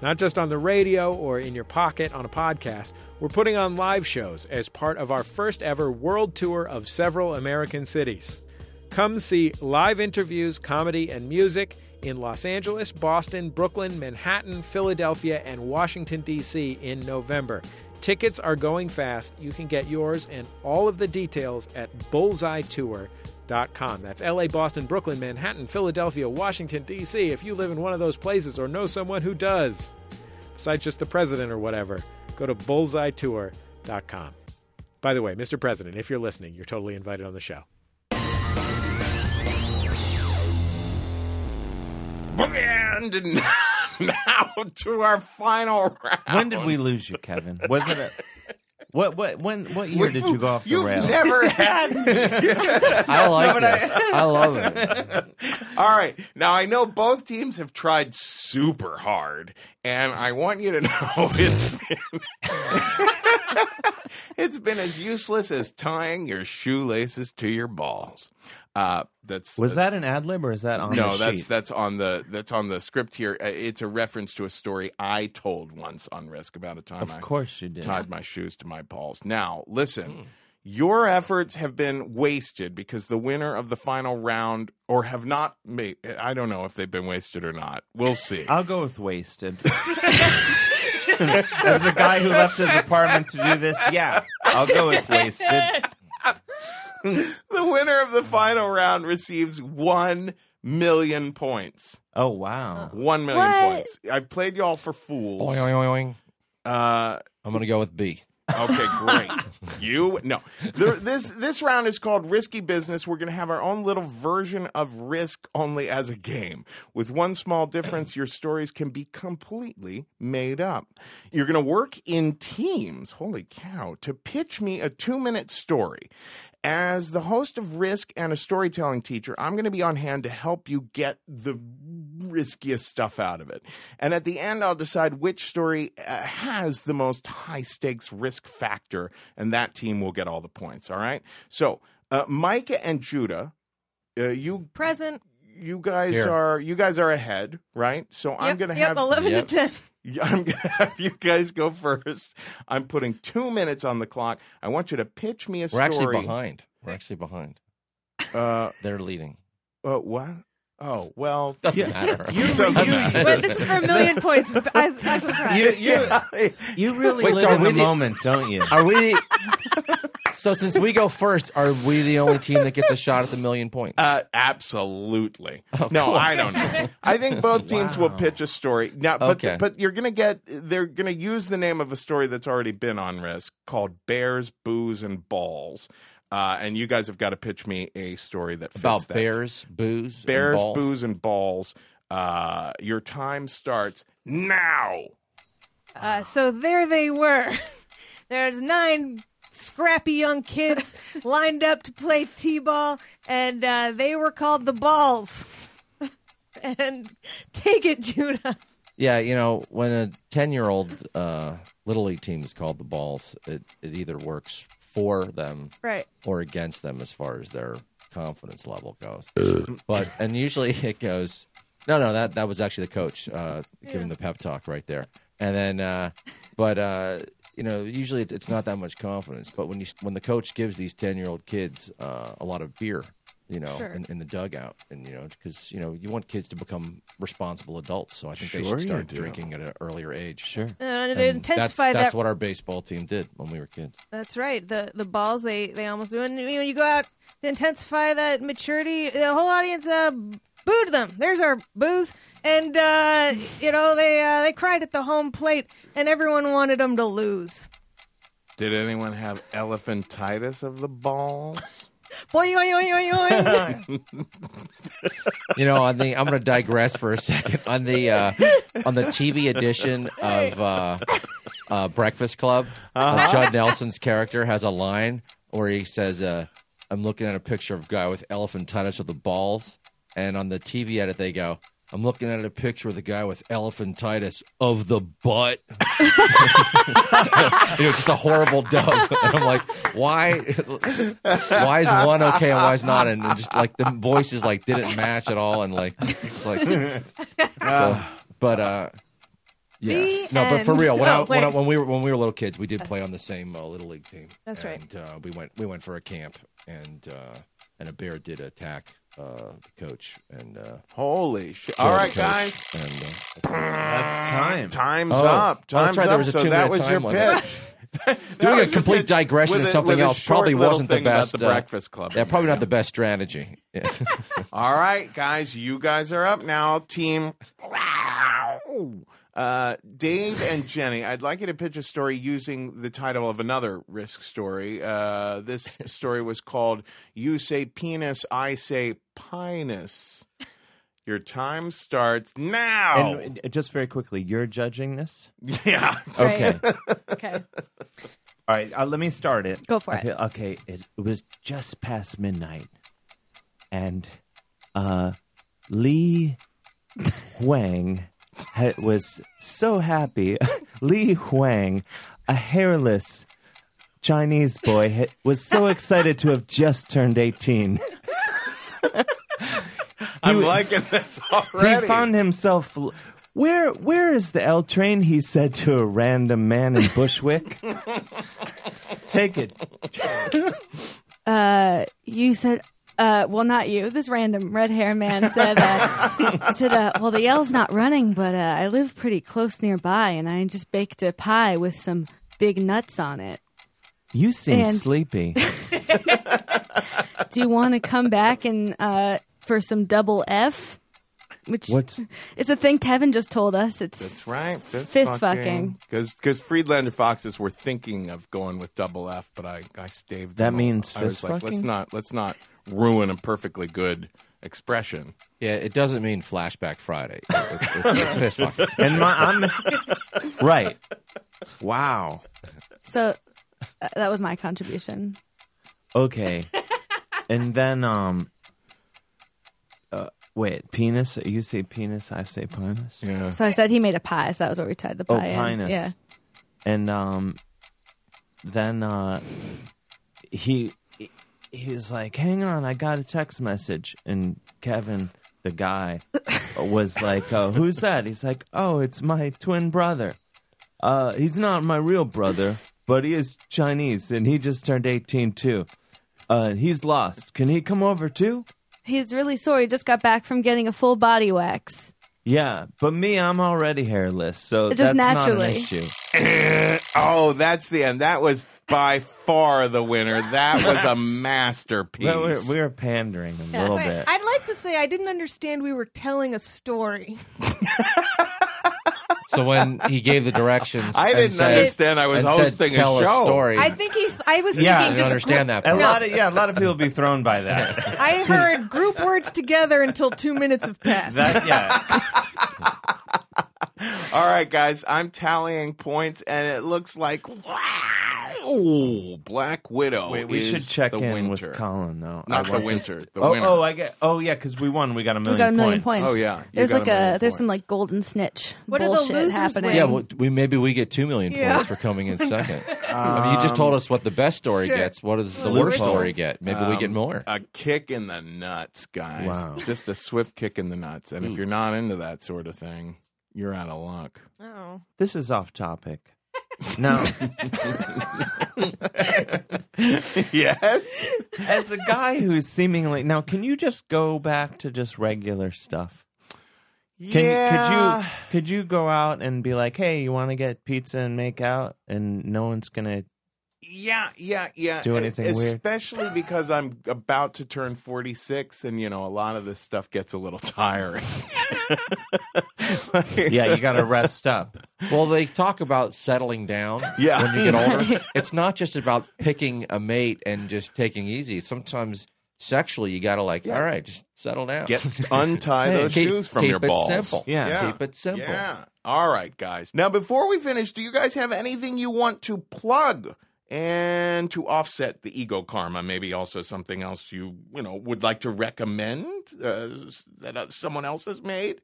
Speaker 8: Not just on the radio or in your pocket on a podcast, we're putting on live shows as part of our first ever world tour of several American cities. Come see live interviews, comedy, and music in Los Angeles, Boston, Brooklyn, Manhattan, Philadelphia, and Washington, D.C. in November. Tickets are going fast. You can get yours and all of the details at bullseyetour.com. That's LA, Boston, Brooklyn, Manhattan, Philadelphia, Washington, D.C. if you live in one of those places or know someone who does. Besides just the president or whatever, go to bullseyetour.com. By the way, Mr. President, if you're listening, you're totally invited on the show.
Speaker 1: And now to our final round.
Speaker 2: When did we lose you, Kevin? Was it a, what what when what year did you go off the
Speaker 1: You've
Speaker 2: rails?
Speaker 1: never had
Speaker 3: I like this. I love it.
Speaker 1: All right. Now, I know both teams have tried super hard, and I want you to know it's been, it's been as useless as tying your shoelaces to your balls. Uh, that's
Speaker 2: Was that an ad lib or is that on
Speaker 1: no,
Speaker 2: the
Speaker 1: that's
Speaker 2: sheet?
Speaker 1: that's on the that's on the script here. Uh, It's a reference to a story I told once on Risk about a time I
Speaker 2: of course you did.
Speaker 1: tied my shoes to my balls. Now, listen, your efforts have been wasted because the winner of the final round, or have not made, I don't know if they've been wasted or not. We'll see.
Speaker 2: I'll go with wasted. As a guy who left his apartment to do this, yeah, I'll go with wasted.
Speaker 1: the winner of the final round receives one million points.
Speaker 2: Oh wow,
Speaker 1: One million
Speaker 5: What?
Speaker 1: points. I've played y'all for fools.
Speaker 3: Oing, oing, oing.
Speaker 1: Uh,
Speaker 3: I'm gonna go with B.
Speaker 1: Okay, great. you no. There, this this round is called Risky Business. We're going to have our own little version of Risk only as a game. With one small difference, your stories can be completely made up. You're going to work in teams. Holy cow! To pitch me a 2-minute story. As the host of Risk and a storytelling teacher, I'm going to be on hand to help you get the riskiest stuff out of it. And at the end, I'll decide which story uh, has the most high stakes risk factor, and that team will get all the points. All right. So, uh, Micah and Judah, uh, you
Speaker 4: Present.
Speaker 1: you guys
Speaker 3: Here.
Speaker 1: are you guys are ahead, right? So I'm
Speaker 4: yep,
Speaker 1: going to
Speaker 4: yep,
Speaker 1: have
Speaker 4: 11
Speaker 3: Yep.
Speaker 4: to 10.
Speaker 1: yeah, I'm going to have you guys go first. I'm putting two minutes on the clock. I want you to pitch me a
Speaker 3: We're
Speaker 1: story.
Speaker 3: actually behind. We're actually behind.
Speaker 1: Uh,
Speaker 3: They're leading.
Speaker 1: uh, what? Oh well,
Speaker 3: Doesn't matter.
Speaker 1: you,
Speaker 3: Doesn't
Speaker 1: you-
Speaker 3: matter.
Speaker 4: But this is for a million points. I, I'm surprised.
Speaker 2: You, you,
Speaker 1: yeah.
Speaker 2: you really
Speaker 3: Wait,
Speaker 2: live
Speaker 3: so are
Speaker 2: in
Speaker 3: we
Speaker 2: the
Speaker 3: the-
Speaker 2: moment, don't you?
Speaker 3: Are we? so since we go first, are we the only team that gets a shot at the million points?
Speaker 1: Uh, absolutely. no, I don't know. I think both teams will pitch a story. Now, but
Speaker 3: Okay.
Speaker 1: but you're gonna get they're gonna use the name of a story that's already been on risk called Bears, Booze, and Balls. Uh, and you guys have got to pitch me a story that fits
Speaker 3: About
Speaker 1: that.
Speaker 3: bears, booze, and
Speaker 1: Bears,
Speaker 3: balls?
Speaker 1: Booze, and Balls. Uh, your time starts now.
Speaker 4: Uh, so there they were. There's nine scrappy young kids lined up to play t-ball, and uh, they were called the balls. and take it, Judah.
Speaker 3: Yeah, you know, when a ten-year-old uh, little league team is called the balls, it, it either works for them
Speaker 4: Right.
Speaker 3: or against them as far as their confidence level goes.
Speaker 2: Uh.
Speaker 3: but and usually it goes. No, no, that that was actually the coach uh, giving the pep talk right there. And then, uh, but uh, you know, usually it- it's not that much confidence. But when you when the coach gives these ten year old kids uh, a lot of beer, you know,
Speaker 4: Sure.
Speaker 3: in, in the dugout, and you know, because you know you want kids to become responsible adults, so I think they
Speaker 2: Sure you
Speaker 3: should start
Speaker 2: do.
Speaker 3: drinking at an earlier age. Sure.
Speaker 4: Uh, And
Speaker 3: And
Speaker 4: it
Speaker 3: that's,
Speaker 4: intensified
Speaker 3: that's
Speaker 4: that.
Speaker 3: what our baseball team did when we were kids.
Speaker 4: That's right. The the balls they they almost do. And you know, you go out to intensify that maturity. The whole audience uh, booed them. There's our booze, and uh, you know they uh, they cried at the home plate, and everyone wanted them to lose.
Speaker 1: Did anyone have elephantitis of the balls?
Speaker 4: Boy, boy, boy, boy, boy.
Speaker 3: you know, on the I'm going to digress for a second on the uh, on the TV edition of uh, uh, Breakfast Club. uh Judd Nelson's character has a line where he says, uh, "I'm looking at a picture of a guy with elephantitis of the balls," and on the TV edit they go. I'm looking at a picture of the guy with elephantitis of the butt. you know, just a horrible dub. And I'm like, why? Why is one okay and why is not? And just like the voices like didn't match at all. And like, it's like, so, but uh, yeah,
Speaker 4: The
Speaker 3: no, but for
Speaker 4: end.
Speaker 3: real, when, I,
Speaker 4: Oh,
Speaker 3: when, I,
Speaker 4: wait.
Speaker 3: when we were when we were little kids, we did play on the same uh, little league team.
Speaker 4: That's right.
Speaker 3: and, right. Uh, we went we went for a camp, and uh, and a bear did attack uh, the coach and. Uh,
Speaker 1: Holy shit! All right,
Speaker 3: coach,
Speaker 1: guys.
Speaker 3: And, uh,
Speaker 2: That's time.
Speaker 1: Time's
Speaker 3: Oh. Oh,
Speaker 1: up.
Speaker 3: that's
Speaker 1: Time's
Speaker 3: right, there
Speaker 1: up.
Speaker 3: was a
Speaker 1: so
Speaker 3: two-minute
Speaker 1: that was
Speaker 3: time
Speaker 1: your
Speaker 3: limit.
Speaker 1: pitch.
Speaker 3: doing a
Speaker 1: was
Speaker 3: complete
Speaker 1: good.
Speaker 3: digression
Speaker 1: With
Speaker 3: of
Speaker 1: a-
Speaker 3: something
Speaker 1: with a
Speaker 3: else
Speaker 1: short
Speaker 3: probably
Speaker 1: little
Speaker 3: wasn't the
Speaker 1: thing about
Speaker 3: best.
Speaker 1: The
Speaker 3: uh,
Speaker 1: Breakfast Club.
Speaker 3: Yeah, probably not the best strategy. Yeah.
Speaker 1: All right, guys, you guys are up now. Team. Uh, Dave and Jenny, I'd like you to pitch a story using the title of another risk story. Uh, this story was called "You Say Penis, I Say Pinus." Your time starts now.
Speaker 2: And uh, just very quickly, you're judging this?
Speaker 1: yeah.
Speaker 3: okay.
Speaker 5: Okay.
Speaker 2: All right, uh, let me start it.
Speaker 5: Go for
Speaker 2: I
Speaker 5: it.
Speaker 2: feel- okay, it, it was just past midnight, and uh, Lee Huang ha- was so happy. Lee Huang, a hairless Chinese boy, ha- was so excited to have just turned eighteen.
Speaker 1: I'm
Speaker 2: was-
Speaker 1: liking this already.
Speaker 2: He found himself. l- Where where is the L train? He said to a random man in Bushwick. Take it.
Speaker 5: Uh, you said, uh, well, not you. This random red hair man said, uh, said, uh, well, the L's not running, but uh, I live pretty close nearby, and I just baked a pie with some big nuts on it.
Speaker 2: You seem
Speaker 5: And-
Speaker 2: sleepy.
Speaker 5: Do you want to come back and uh, for some double F? Which
Speaker 2: What's
Speaker 5: it's a thing Kevin just told us. It's
Speaker 1: That's right. Fist,
Speaker 5: Fist
Speaker 1: fucking.
Speaker 5: fucking.
Speaker 1: Because Friedlander Foxes were thinking of going with double F, but I, I staved
Speaker 2: That
Speaker 1: them.
Speaker 2: means
Speaker 1: I was
Speaker 2: fist
Speaker 1: like, let's
Speaker 2: fucking?
Speaker 1: not let's not ruin a perfectly good expression.
Speaker 3: Yeah, it doesn't mean Flashback Friday. It's, it's, it's fist fucking.
Speaker 2: and my I'm right. Wow.
Speaker 5: so uh, that was my contribution.
Speaker 2: Okay. And then um uh, wait, penis you say penis, I say pinus.
Speaker 1: Yeah.
Speaker 5: So I said he made a pie, so that was where we tied the pie.
Speaker 2: Oh,
Speaker 5: in.
Speaker 2: pinus.
Speaker 5: Yeah.
Speaker 2: And um then uh he he was like, "Hang on, I got a text message." And Kevin, the guy, was like, oh, "Who's that?" He's like, "Oh, it's my twin brother." Uh, he's not my real brother, but he is Chinese, and he just turned eighteen too. Uh, he's lost. Can he come over too?
Speaker 5: He's really sore. He just got back from getting a full body wax.
Speaker 2: Yeah, but me, I'm already hairless, so that's
Speaker 5: Just
Speaker 2: not an
Speaker 5: naturally.
Speaker 2: issue.
Speaker 1: Oh, that's the end. That was by far the winner. That was a masterpiece.
Speaker 2: But we're, we're pandering a little
Speaker 4: Wait,
Speaker 2: bit.
Speaker 4: I'd like to say I didn't understand we were telling a story.
Speaker 3: So when he gave the directions,
Speaker 1: I
Speaker 3: and
Speaker 1: didn't
Speaker 3: said-
Speaker 1: understand I was
Speaker 3: and
Speaker 1: hosting
Speaker 3: said, tell
Speaker 1: a show.
Speaker 3: story.
Speaker 4: I think he's. I was
Speaker 2: Yeah,
Speaker 4: thinking
Speaker 2: I
Speaker 3: don't
Speaker 4: just
Speaker 3: understand that
Speaker 2: a
Speaker 3: part.
Speaker 2: lot of yeah, a lot of people be thrown by that.
Speaker 4: I heard group words together until two minutes have passed.
Speaker 2: that yeah,
Speaker 1: All right, guys, I'm tallying points, and it looks like wow, Black Widow.
Speaker 2: Wait, we
Speaker 1: is
Speaker 2: should check
Speaker 1: the
Speaker 2: in
Speaker 1: winter.
Speaker 2: with Colin though. I
Speaker 1: Not the
Speaker 2: want this-
Speaker 1: winter. The
Speaker 2: oh,
Speaker 1: winner.
Speaker 2: oh, I get. Oh, yeah, because we won. We got a million.
Speaker 5: We got a million
Speaker 2: points.
Speaker 5: points.
Speaker 1: Oh, yeah. You
Speaker 5: There's
Speaker 1: got
Speaker 5: like
Speaker 1: a million
Speaker 5: a there's some
Speaker 1: points.
Speaker 5: like golden snitch
Speaker 4: What are the
Speaker 5: bullshit
Speaker 4: losers
Speaker 5: happening.
Speaker 4: win?
Speaker 3: yeah, well, we maybe we get two million
Speaker 4: Yeah.
Speaker 3: points for coming in second. I mean, you just told us what the best story
Speaker 4: Sure.
Speaker 3: gets. What does the
Speaker 4: Loophole.
Speaker 3: worst story get? Maybe we get
Speaker 1: Um,
Speaker 3: more.
Speaker 1: A kick in the nuts, guys.
Speaker 2: Wow.
Speaker 1: Just a swift kick in the nuts. And if you're not into that sort of thing, you're out of luck.
Speaker 4: Oh.
Speaker 2: This is off topic. Now,
Speaker 1: yes.
Speaker 2: as a guy who's seemingly now, can you just go back to just regular stuff? Can,
Speaker 1: yeah.
Speaker 2: Could you could you go out and be like, hey, you want to get pizza and make out, and no one's gonna
Speaker 1: Yeah, yeah, yeah. E,
Speaker 2: Do anything weird?
Speaker 1: Especially because I'm about to turn 46 and, you know, a lot of this stuff gets a little tiring.
Speaker 2: yeah, you got to rest up.
Speaker 3: Well, they talk about settling down
Speaker 1: Yeah.
Speaker 3: when you get older. It's not just about picking a mate and just taking easy. Sometimes sexually, you got to like, all right, just settle down.
Speaker 1: Get untie
Speaker 2: Hey,
Speaker 1: those
Speaker 3: keep-
Speaker 1: shoes from
Speaker 3: keep
Speaker 1: your
Speaker 3: it
Speaker 1: balls.
Speaker 3: simple.
Speaker 2: Yeah.
Speaker 3: Keep it simple.
Speaker 1: Yeah. All right, guys. Now, before we finish, do you guys have anything you want to plug? And to offset the ego karma, maybe also something else you you know would like to recommend uh, that uh, someone else has made.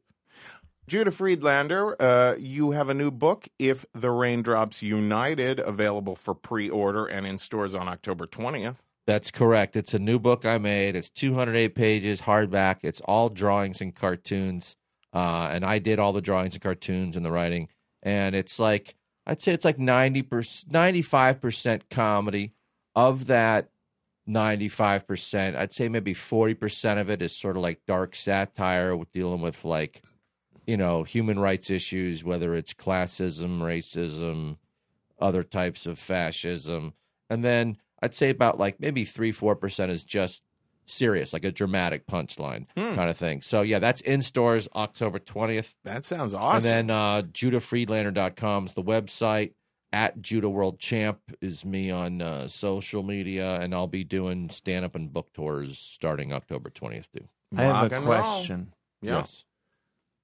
Speaker 1: Judah Friedlander, uh, you have a new book, If the Raindrops United, available for pre-order and in stores on October twentieth.
Speaker 3: That's correct. It's a new book I made. It's 208 pages, hardback. It's all drawings and cartoons. Uh, and I did all the drawings and cartoons and the writing. And it's like, I'd say it's like 90%, 95% comedy. Of that 95%, I'd say maybe 40% of it is sort of like dark satire with dealing with like, you know, human rights issues, whether it's classism, racism, other types of fascism. And then I'd say about like maybe three, four percent is just serious, like a dramatic punchline
Speaker 1: Hmm.
Speaker 3: kind of thing. So yeah, that's in stores October twentieth.
Speaker 1: That sounds awesome.
Speaker 3: And then uh judahfriedlander.com is the website. At Judah World Champ is me on uh, social media, and I'll be doing stand up and book tours starting October 20th, too.
Speaker 2: I have
Speaker 1: Rock
Speaker 2: a
Speaker 1: and roll.
Speaker 2: question.
Speaker 1: Yeah.
Speaker 3: Yes.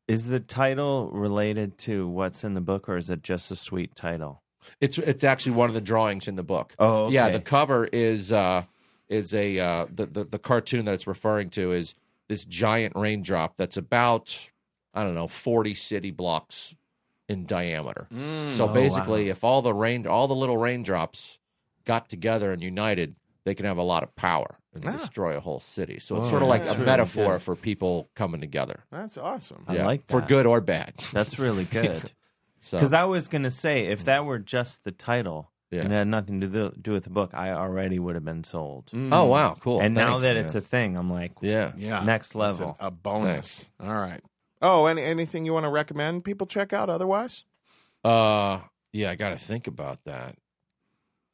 Speaker 2: Is the title related to what's in the book, or is it just a sweet title?
Speaker 3: It's it's actually one of the drawings in the book.
Speaker 2: Oh, okay.
Speaker 3: yeah. The cover is uh is a uh, the, the the cartoon that it's referring to is this giant raindrop that's about I don't know forty city blocks in diameter. so
Speaker 2: Oh,
Speaker 3: basically,
Speaker 2: wow.
Speaker 3: if all the rain all the little raindrops got together and united, they can have a lot of power and destroy a whole city. So it's
Speaker 2: Ah. Oh,
Speaker 3: sort of like
Speaker 2: that's
Speaker 3: a
Speaker 2: really
Speaker 3: metaphor
Speaker 2: good.
Speaker 3: for people coming together.
Speaker 1: That's awesome.
Speaker 2: I like
Speaker 3: for
Speaker 2: that.
Speaker 3: good or bad.
Speaker 2: That's really good.
Speaker 3: So Mm.
Speaker 2: Because I was gonna say, if that were just the title
Speaker 3: Yeah.
Speaker 2: and it had nothing to do, do with the book, I already would have been sold.
Speaker 3: oh wow, cool.
Speaker 2: and now
Speaker 3: Thanks,
Speaker 2: that
Speaker 3: man.
Speaker 2: it's a thing, I'm like,
Speaker 3: yeah.
Speaker 1: Yeah.
Speaker 2: next
Speaker 1: That's a-
Speaker 2: level.
Speaker 1: A, bonus. All right. Oh, any, anything you want to recommend people check out otherwise?
Speaker 3: Uh, yeah, I got to think about that.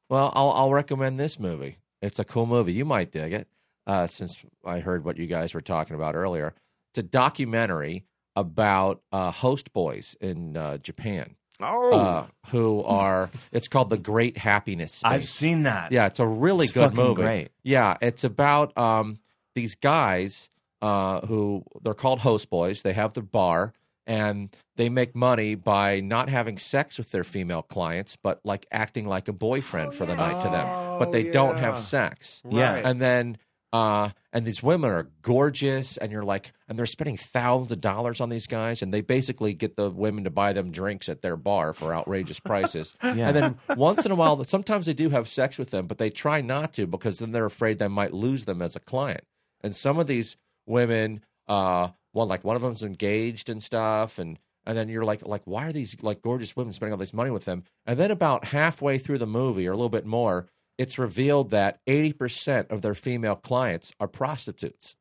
Speaker 3: Well, I'll I'll recommend this movie. It's a cool movie. You might dig it. Uh, since I heard what you guys were talking about earlier, it's a documentary about uh, host boys in uh, Japan
Speaker 1: Oh,
Speaker 3: uh, who are. It's called the Great Happiness. Space.
Speaker 2: I've seen that.
Speaker 3: Yeah, it's a really
Speaker 2: It's
Speaker 3: good
Speaker 2: fucking
Speaker 3: movie.
Speaker 2: great.
Speaker 3: Yeah, it's about um, these guys uh, who they're called host boys. They have their bar and they make money by not having sex with their female clients, but like acting like a boyfriend for the night to them. But they don't have
Speaker 1: Oh, yeah.
Speaker 3: sex.
Speaker 2: yeah.
Speaker 1: Right.
Speaker 3: And then uh, and these women are gorgeous, and you're like, and they're spending thousands of dollars on these guys, and they basically get the women to buy them drinks at their bar for outrageous prices. And then once in a while, sometimes they do have sex with them, but they try not to because then they're afraid they might lose them as a client. And some of these women, uh, one like one of them's engaged and stuff, and and then you're like, like why are these like gorgeous women spending all this money with them? And then about halfway through the movie, or a little bit more, it's revealed that 80% of their female clients are prostitutes.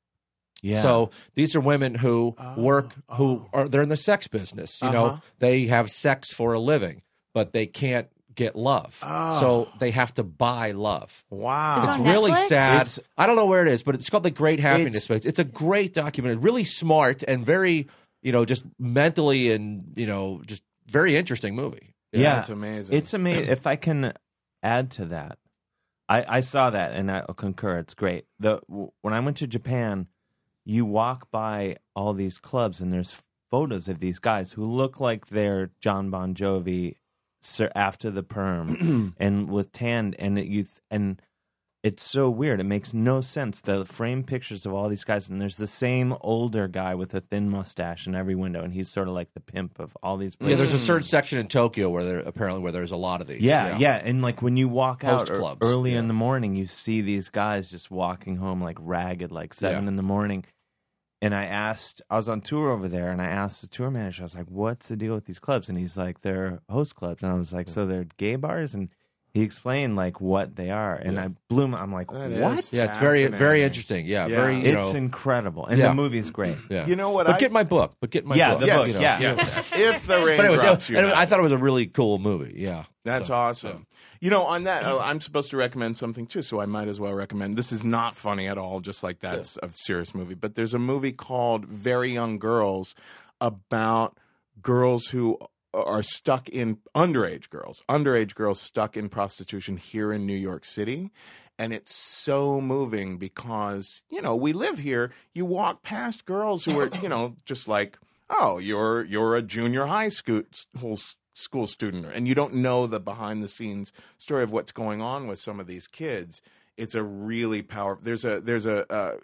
Speaker 2: Yeah. Oh,
Speaker 3: So these are women who work who are they're in the sex business. You
Speaker 2: Uh-huh.
Speaker 3: know, they have sex for a living, but they can't get love.
Speaker 2: Oh.
Speaker 3: So they have to buy love.
Speaker 1: Wow.
Speaker 5: It's
Speaker 3: It's
Speaker 5: on
Speaker 3: really
Speaker 5: Netflix?
Speaker 3: sad.
Speaker 1: It's-
Speaker 3: I don't know where it is, but it's called The Great Happiness
Speaker 2: It's-
Speaker 3: Space. It's a great documentary, really smart and very, you know, just mentally and, you know, just very interesting movie.
Speaker 2: yeah,
Speaker 1: That's amazing.
Speaker 2: It's amazing. if I can add to that, I, I saw that and I concur. It's great. The w- when I went to Japan, you walk by all these clubs and there's photos of these guys who look like they're John Bon Jovi sir, after the perm and with tan and it, you th- and it's so weird. It makes no sense. The frame pictures of all these guys, and there's the same older guy with a thin mustache in every window, and he's sort of like the pimp of all these.
Speaker 3: Yeah, there's a
Speaker 2: places.
Speaker 3: certain section in Tokyo where there apparently where there's a lot of these.
Speaker 2: Mm. Yeah, yeah, and like when you walk out
Speaker 3: Host
Speaker 2: or-
Speaker 3: clubs,
Speaker 2: early
Speaker 3: yeah.
Speaker 2: in the morning, you see these guys just walking home like ragged, like seven
Speaker 3: Yeah.
Speaker 2: in the morning. And I asked, I was on tour over there, and I asked the tour manager, I was like, "What's the deal with these clubs?" And he's like, "They're host clubs." And I was like, "So they're gay bars?" And he explained like what they are, and
Speaker 3: Yeah.
Speaker 2: I blew. My, I'm like,
Speaker 1: That is
Speaker 2: "What?"
Speaker 3: Yeah, it's very very
Speaker 1: fascinating.
Speaker 3: interesting. Yeah,
Speaker 1: Yeah.
Speaker 3: very you
Speaker 2: It's
Speaker 3: know,
Speaker 2: incredible, and
Speaker 3: Yeah.
Speaker 2: the movie's great.
Speaker 3: yeah.
Speaker 1: You know what?
Speaker 3: but
Speaker 1: I,
Speaker 3: get my book. But get my
Speaker 2: yeah,
Speaker 3: book.
Speaker 2: the
Speaker 1: Yes,
Speaker 2: book.
Speaker 1: you know,
Speaker 2: yeah,
Speaker 1: yes. if the rain
Speaker 3: But anyways,
Speaker 1: drops, you
Speaker 3: anyway,
Speaker 1: know.
Speaker 3: I thought it was a really cool movie. Yeah.
Speaker 1: That's awesome. You know, on that, uh, I'm supposed to recommend something too, so I might as well recommend. This is not funny at all, just like that's a serious movie. But there's a movie called Very Young Girls about girls who are stuck in underage girls, underage girls stuck in prostitution here in New York City. And it's so moving because, you know, we live here. You walk past girls who are, you know, just like, oh, you're you're a junior high school whole s- school student, and you don't know the behind the scenes story of what's going on with some of these kids. It's a really powerful. There's a there's a, uh,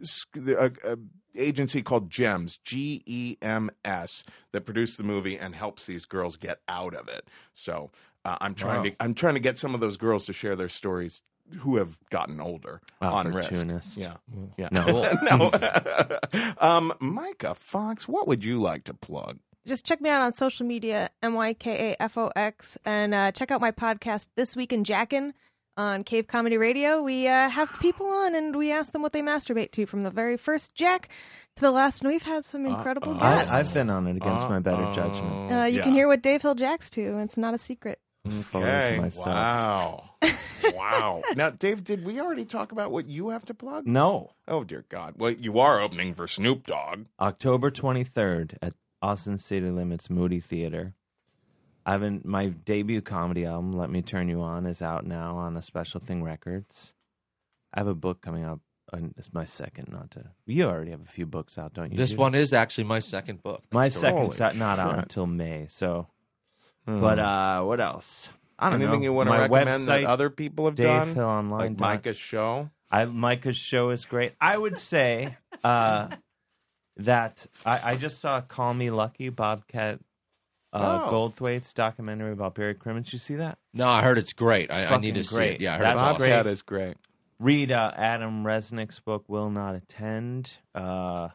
Speaker 1: sc- a, a agency called Gems G E M S that produced the movie and helps these girls get out of it. So uh, I'm trying
Speaker 3: Wow.
Speaker 1: to I'm trying to get some of those girls to share their stories who have gotten older on risk.
Speaker 2: Opportunist.
Speaker 1: Yeah. Yeah.
Speaker 2: No.
Speaker 1: no. um, Micah Fox, what would you like to plug?
Speaker 4: Just check me out on social media, M Y K A F O X, and uh, check out my podcast, This Week in Jackin' on Cave Comedy Radio. We uh, have people on and we ask them what they masturbate to from the very first Jack to the last, and we've had some incredible
Speaker 1: Uh-oh.
Speaker 4: guests.
Speaker 2: I, Uh, I've been on it against my better judgment.
Speaker 4: Uh, you can hear what Dave Hill jacks to. It's not a secret.
Speaker 2: Photos
Speaker 1: Okay.
Speaker 2: myself.
Speaker 1: Wow. wow. Now, Dave, did we already talk about what you have to plug?
Speaker 2: No.
Speaker 1: Oh, dear God. Well, you are opening for Snoop Dogg.
Speaker 2: October 23rd at Austin City Limits Moody Theater. I've been, my debut comedy album, Let Me Turn You On, is out now on a Special Thing Records. I have a book coming up. and It's my second, not to. You already have a few books out, don't you?
Speaker 3: This
Speaker 2: Judy?
Speaker 3: one is actually my second book.
Speaker 2: My
Speaker 3: That's correct.
Speaker 2: second's out, not out
Speaker 1: shit.
Speaker 2: until May. So,
Speaker 3: Hmm.
Speaker 2: but uh, what else? I don't
Speaker 1: Anything
Speaker 2: know.
Speaker 1: you want to
Speaker 2: my
Speaker 1: recommend
Speaker 2: website,
Speaker 1: that other people have
Speaker 2: Dave
Speaker 1: done?
Speaker 2: Hill Online.
Speaker 1: like
Speaker 2: dot-
Speaker 1: Micah's show?
Speaker 2: I Micah's show is great. I would say uh, that I, I just saw Call Me Lucky Bobcat uh,
Speaker 1: Oh.
Speaker 2: Goldthwait's documentary about Barry Crimmins. You see that?
Speaker 3: No, I heard it's great. I, I need
Speaker 2: Fucking
Speaker 3: to see
Speaker 2: great.
Speaker 3: it. Yeah, I heard
Speaker 2: That's
Speaker 3: it's awesome.
Speaker 2: great.
Speaker 1: Bobcat is great.
Speaker 2: Read uh, Adam Resnick's book, Will Not Attend. Uh,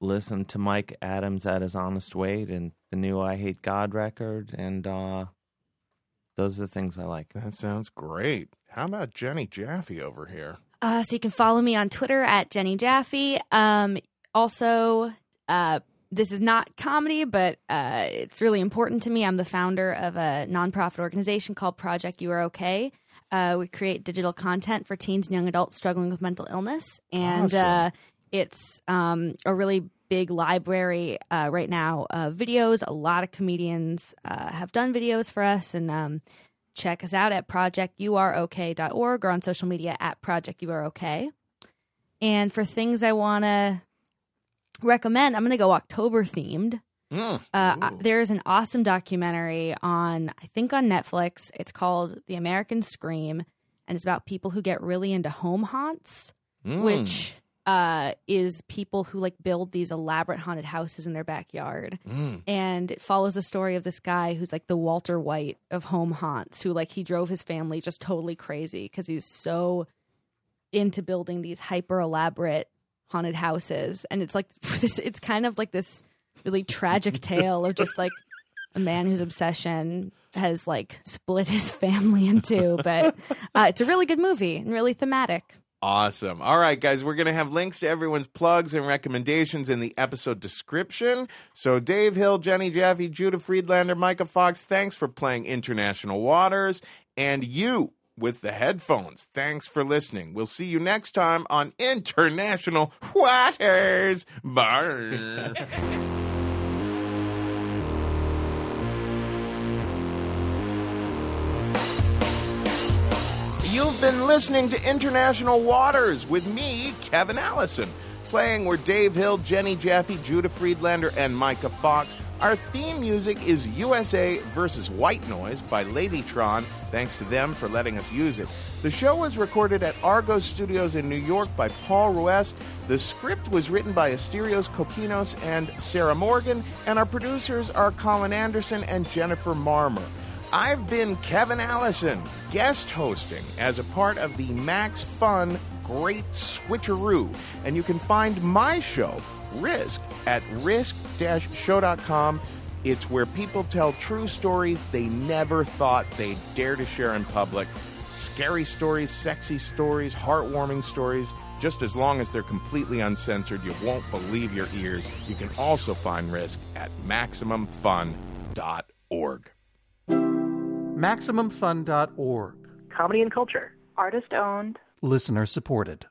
Speaker 2: listen to Mike Adams at his honest weight and the new I Hate God record. And uh, those are the things I like.
Speaker 1: That sounds great. How about Jenny Jaffe over here?
Speaker 5: Uh, so you can follow me on Twitter at Jenny Jaffe. Um, also, uh, this is not comedy, but uh, it's really important to me. I'm the founder of a nonprofit organization called Project You Are Okay. Uh, we create digital content for teens and young adults struggling with mental illness, and uh, it's um, a really big library uh, right now of videos. A lot of comedians uh, have done videos for us, and um, check us out at projecturok.org or on social media at projecturok. And for things I want to recommend, I'm going to go October themed. Uh, I- there is an awesome documentary on, I think, on Netflix. It's called The American Scream, and it's about people who get really into home haunts, which uh, is people who like build these elaborate haunted houses in their backyard
Speaker 1: Hmm.
Speaker 5: and it follows the story of this guy who's like the Walter White of home haunts, who like he drove his family just totally crazy because he's so into building these hyper elaborate haunted houses, and it's like this. It's kind of like this really tragic tale of just like a man whose obsession has like split his family in two. But uh, it's a really good movie and really thematic.
Speaker 1: Awesome. All right, guys, we're going to have links to everyone's plugs and recommendations in the episode description. So, Dave Hill, Jenny Jaffe, Judah Friedlander, Micah Fox, thanks for playing International Waters. And you with the headphones, thanks for listening. We'll see you next time on International Waters. Bye. You've been listening to International Waters with me, Kevin Allison. Playing were Dave Hill, Jenny Jaffe, Judah Friedlander, and Micah Fox. Our theme music is USA versus White Noise by Ladytron. Thanks to them for letting us use it. The show was recorded at Argo Studios in New York by Paul Ruess. The script was written by Asterios Kokinos and Sarah Morgan, and our producers are Colin Anderson and Jennifer Marmer. I've been Kevin Allison, guest hosting as a part of the Max Fun Great Switcheroo. And you can find my show, Risk, at risk show.com. It's where people tell true stories they never thought they'd dare to share in public. Scary stories, sexy stories, heartwarming stories. Just as long as they're completely uncensored, you won't believe your ears. You can also find Risk at MaximumFun.org.
Speaker 6: MaximumFun.org.
Speaker 9: comedy and culture. Artist owned.
Speaker 6: Listener supported.